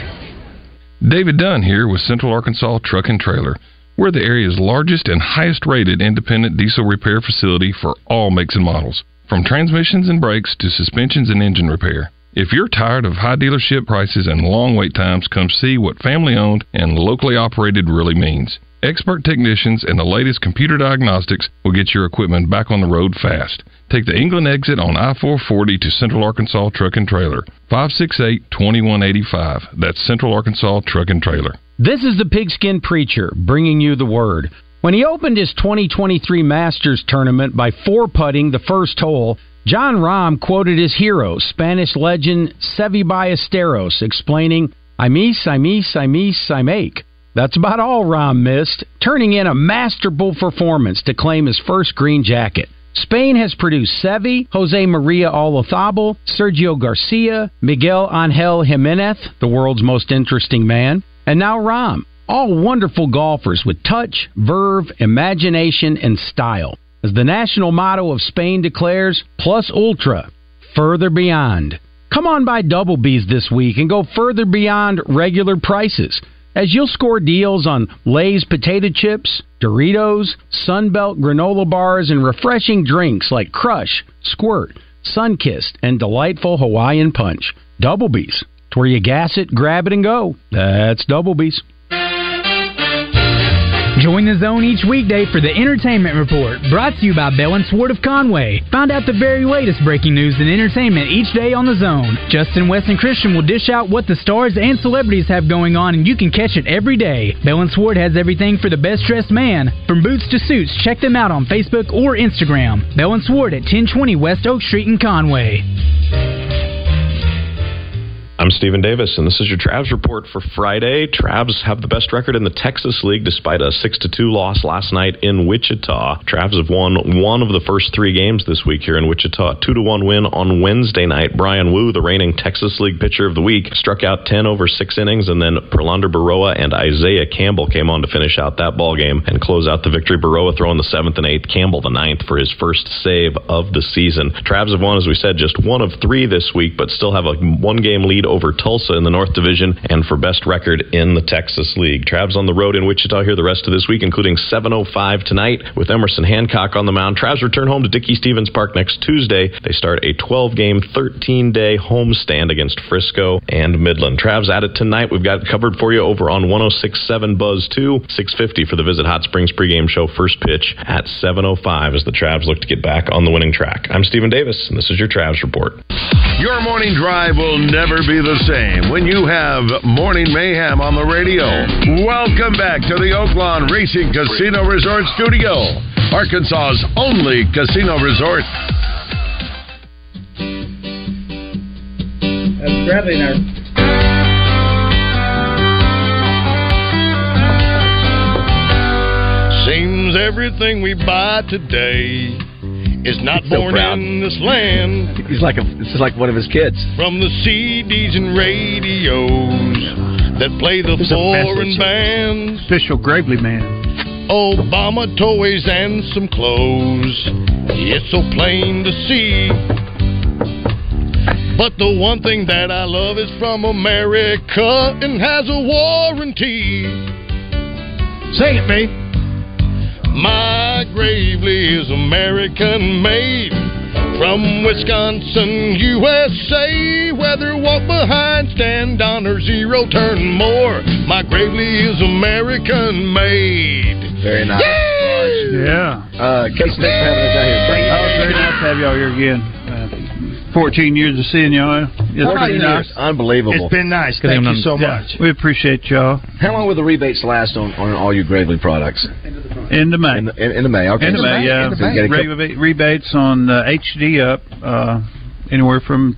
S10: David Dunn here with Central Arkansas Truck and Trailer. We're the area's largest and highest rated independent diesel repair facility for all makes and models, from transmissions and brakes to suspensions and engine repair. If you're tired of high dealership prices and long wait times, come see what family owned and locally operated really means. Expert technicians and the latest computer diagnostics will get your equipment back on the road fast. Take the England exit on I 440 to Central Arkansas Truck and Trailer. 568 2185. That's Central Arkansas Truck and Trailer.
S23: This is the Pigskin Preacher bringing you the word. When he opened his 2023 Masters tournament by four putting the first hole, John Rahm quoted his hero, Spanish legend Sevi Ballesteros, explaining, I miss, I miss, I miss, I make. That's about all Rahm missed, turning in a masterful performance to claim his first green jacket. Spain has produced Sevi, Jose Maria Olazabal, Sergio Garcia, Miguel Angel Jimenez, the world's most interesting man, and now Rahm. All wonderful golfers with touch, verve, imagination, and style. As the national motto of Spain declares, plus ultra, further beyond. Come on by Double B's this week and go further beyond regular prices as you'll score deals on Lay's potato chips, Doritos, Sunbelt granola bars, and refreshing drinks like Crush, Squirt, Sunkist, and delightful Hawaiian Punch. Double B's. It's where you gas it, grab it, and go. That's Double B's.
S11: Join the zone each weekday for the Entertainment Report, brought to you by Bell and Swart of Conway. Find out the very latest breaking news and entertainment each day on the zone. Justin West and Christian will dish out what the stars and celebrities have going on, and you can catch it every day. Bell and Swart has everything for the best dressed man, from boots to suits. Check them out on Facebook or Instagram. Bell and Swart at 1020 West Oak Street in Conway.
S24: I'm Stephen Davis, and this is your Travs report for Friday. Travs have the best record in the Texas League despite a 6 2 loss last night in Wichita. Travs have won one of the first three games this week here in Wichita. 2 1 win on Wednesday night. Brian Wu, the reigning Texas League pitcher of the week, struck out 10 over six innings, and then Perlander Baroa and Isaiah Campbell came on to finish out that ball game and close out the victory. Baroa throwing the seventh and eighth, Campbell the ninth for his first save of the season. Travs have won, as we said, just one of three this week, but still have a one game lead over Tulsa in the North Division and for best record in the Texas League. Travs on the road in Wichita here the rest of this week, including 7:05 tonight with Emerson Hancock on the mound. Travs return home to Dickey Stevens Park next Tuesday. They start a 12-game, 13-day homestand against Frisco and Midland. Travs at it tonight. We've got it covered for you over on 106.7 Buzz 2, 650 for the Visit Hot Springs pregame show. First pitch at 7:05 as the Travs look to get back on the winning track. I'm Stephen Davis, and this is your Travs report.
S1: Your morning drive will never be the same when you have Morning Mayhem on the radio. Welcome back to the Oaklawn Racing Casino Resort Studio, Arkansas's only casino resort.
S6: That's Bradley and
S25: Seems everything we buy today is not
S4: So
S25: born
S4: proud.
S25: in this land.
S4: He's like a, this is like one of his kids.
S25: From the CDs and radios that play the
S5: There's a
S25: foreign
S5: message.
S25: bands,
S5: Official Gravely Man.
S25: Obama toys and some clothes. It's so plain to see. But the one thing that I love is from America and has a warranty. Sing it, me. My gravely is American made from Wisconsin, USA. Whether walk behind, stand on, or zero turn more, my gravely is American made.
S4: Very nice.
S25: Yay!
S5: Yeah.
S4: Uh, K State's having us out here. Thank you.
S5: Oh, very nice to have y'all here again. Uh, 14 years of seeing y'all. It's
S4: 14
S5: been
S4: years. Unbelievable.
S5: It's been nice.
S4: Good
S5: Thank
S4: evening.
S5: you so
S4: Yeah.
S5: much. We appreciate y'all.
S4: How long will the rebates last on, on all your Gravely products?
S5: End of May.
S4: End of, end of May. Okay.
S5: End of May, yeah.
S4: So you got a couple-
S5: Rebate- rebates on uh, HD up uh, anywhere from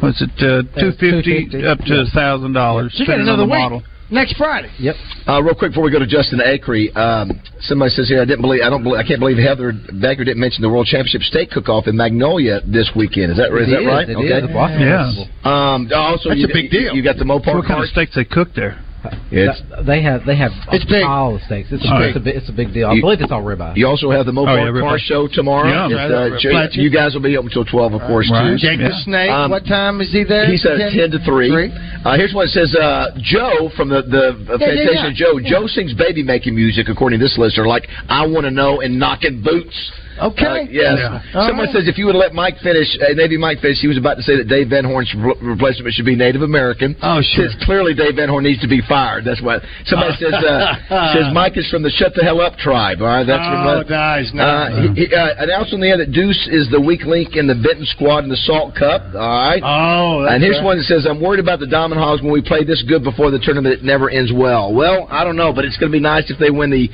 S5: what's it uh, two fifty up to thousand dollars.
S4: You got another week.
S19: Next Friday.
S4: Yep. Uh, real quick before we go to Justin Acree, um, somebody says here I didn't believe I don't believe, I can't believe Heather Becker didn't mention the World Championship Steak Cook-Off in Magnolia this weekend. Is that is
S5: It
S4: that
S5: is,
S4: right?
S5: it is. The Boston Yeah. Festival.
S4: Um, also,
S5: That's
S4: you,
S5: a big deal.
S4: You got the Mopar
S5: What kind
S4: cart.
S5: of steaks they cook there?
S4: It's-
S8: they have they have it's big. all the steaks. It's,
S4: All
S8: a,
S4: right.
S8: it's, a, big- it's a big deal. I
S4: You-
S8: believe it's all ribeye.
S4: You also have the
S8: Oh,
S4: Mopar
S8: yeah,
S4: Car
S8: ribeye.
S4: Show tomorrow.
S8: Yeah.
S4: It's,
S8: Right, right,
S4: Jake-
S8: right.
S4: you guys will be up until twelve, of course.
S6: Right.
S4: Too.
S6: Jake the Snake, what time is he there?
S4: Um, He says 10 to 3. Uh, here's what it says uh, Joe from the, the uh,
S6: Yeah, yeah,
S4: Fantasia
S6: yeah.
S4: Joe.
S6: Yeah.
S4: Joe sings baby making music, according to this listener, like I Want to Know and Knocking Boots.
S6: Okay.
S4: Uh, yes.
S6: Yeah.
S4: Someone says if you would let Mike finish, uh, Navy Mike finish, he was about to say that Dave Van Horn's re- replacement should be Native American. Oh, sure. Says clearly Dave Van Horn needs to be fired. That's what. Somebody says uh, says Mike is from the Shut the Hell Up tribe. All right, that's
S6: Oh,
S4: from.
S6: nice, nice.
S4: Uh, he, he, uh, announced on the air that Deuce is the weak link in the Benton squad in the Salt Cup. All right.
S6: Oh, that's
S4: and here's one
S6: right.
S4: that says, "I'm worried about the Diamond Hogs when we play this good before the tournament. It never ends well." Well, I don't know, but it's going to be nice if they win the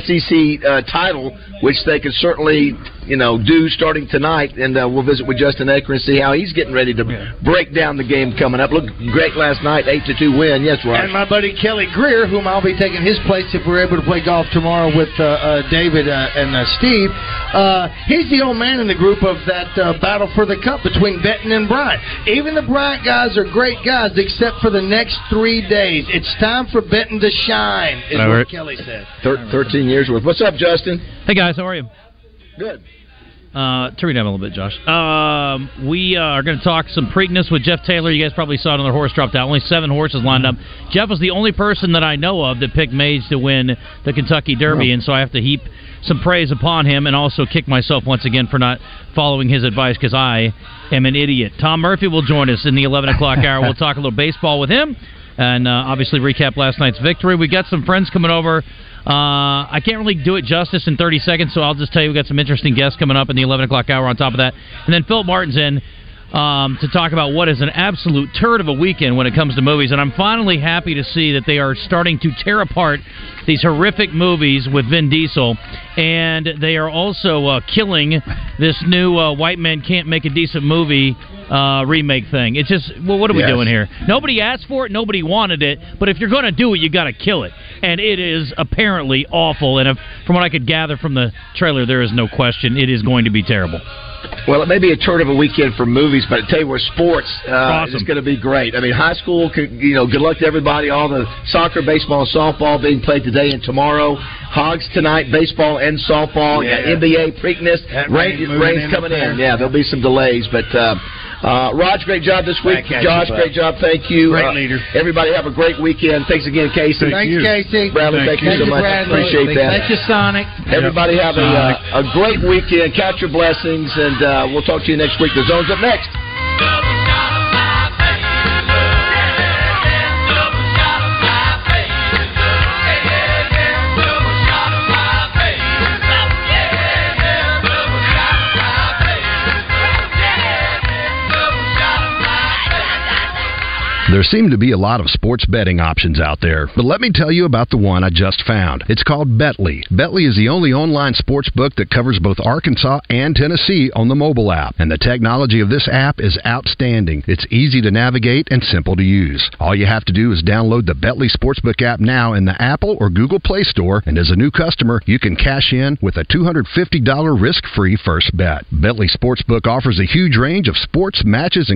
S4: SEC uh, title, which they could certainly, you know, do starting tonight. And uh, we'll visit with Justin Aker and see how he's getting ready to break down the game coming up. Look great last night, eight to two win. Yes, right.
S6: And my buddy Kelly Greer, whom I'll be taking his place if we're able to play golf tomorrow with uh, uh, David uh, and uh, Steve. Uh, he's the old man in the group of that uh, battle for the cup between Benton and Bryant. Even the Bryant guys are great guys, except for the next three days. It's time for Benton to shine, is
S4: All
S6: what
S4: right.
S6: Kelly said.
S4: Thir- Thirteen years worth. What's up, Justin?
S12: Hey guys, how are you?
S4: Good.
S12: Uh, turn me down a little bit, Josh. Um, we uh, are going to talk some Preakness with Jeff Taylor. You guys probably saw another horse dropped out. Only seven horses lined up. Jeff was the only person that I know of that picked Mage to win the Kentucky Derby, and so I have to heap some praise upon him and also kick myself once again for not following his advice because I am an idiot. Tom Murphy will join us in the 11 o'clock hour. We'll talk a little baseball with him and uh, obviously recap last night's victory. We got some friends coming over. Uh, I can't really do it justice in 30 seconds, so I'll just tell you we got some interesting guests coming up in the 11 o'clock hour on top of that. And then Philip Martin's in um, to talk about what is an absolute turd of a weekend when it comes to movies. And I'm finally happy to see that they are starting to tear apart these horrific movies with Vin Diesel. And they are also uh, killing this new uh, White Man Can't Make a Decent Movie uh, remake thing. It's just, well, what are we
S14: Yes.
S12: doing here? Nobody asked for it, nobody wanted it, but if you're going to do it, you got to kill it. And it is apparently awful. And if, from what I could gather from the trailer, there is no question it is going to be terrible.
S4: Well, it may be a turn of a weekend for movies, but I tell you what, sports uh, is going to be great. I mean, high school, c- you know, good luck to everybody. All the soccer, baseball, and softball being played today and tomorrow. Hogs tonight, baseball and softball.
S6: Yeah.
S4: You got NBA Preakness.
S6: That
S4: Rain,
S6: rain moving in
S4: rain's coming
S6: up there.
S4: in. Yeah, there'll be some delays, but. Uh, uh, Raj, great job this week.
S6: Back at you,
S4: Josh,
S6: bud.
S4: great job. Thank you.
S6: Great
S4: Uh,
S6: leader.
S4: Everybody have a great weekend. Thanks again, Casey.
S6: Thanks, Casey.
S4: Bradley, thank, you so much.
S6: Bradley.
S4: Appreciate that.
S6: Thank you, Sonic.
S4: Everybody have a, uh, a great weekend. Count your blessings, and uh, we'll talk to you next week. The Zone's up next.
S13: There seem to be a lot of sports betting options out there, but let me tell you about the one I just found. It's called Betly. Betly is the only online sports book that covers both Arkansas and Tennessee on the mobile app, and the technology of this app is outstanding. It's easy to navigate and simple to use. All you have to do is download the Betly Sportsbook app now in the Apple or Google Play Store, and as a new customer, you can cash in with a $250 risk-free first bet. Betly Sportsbook offers a huge range of sports matches and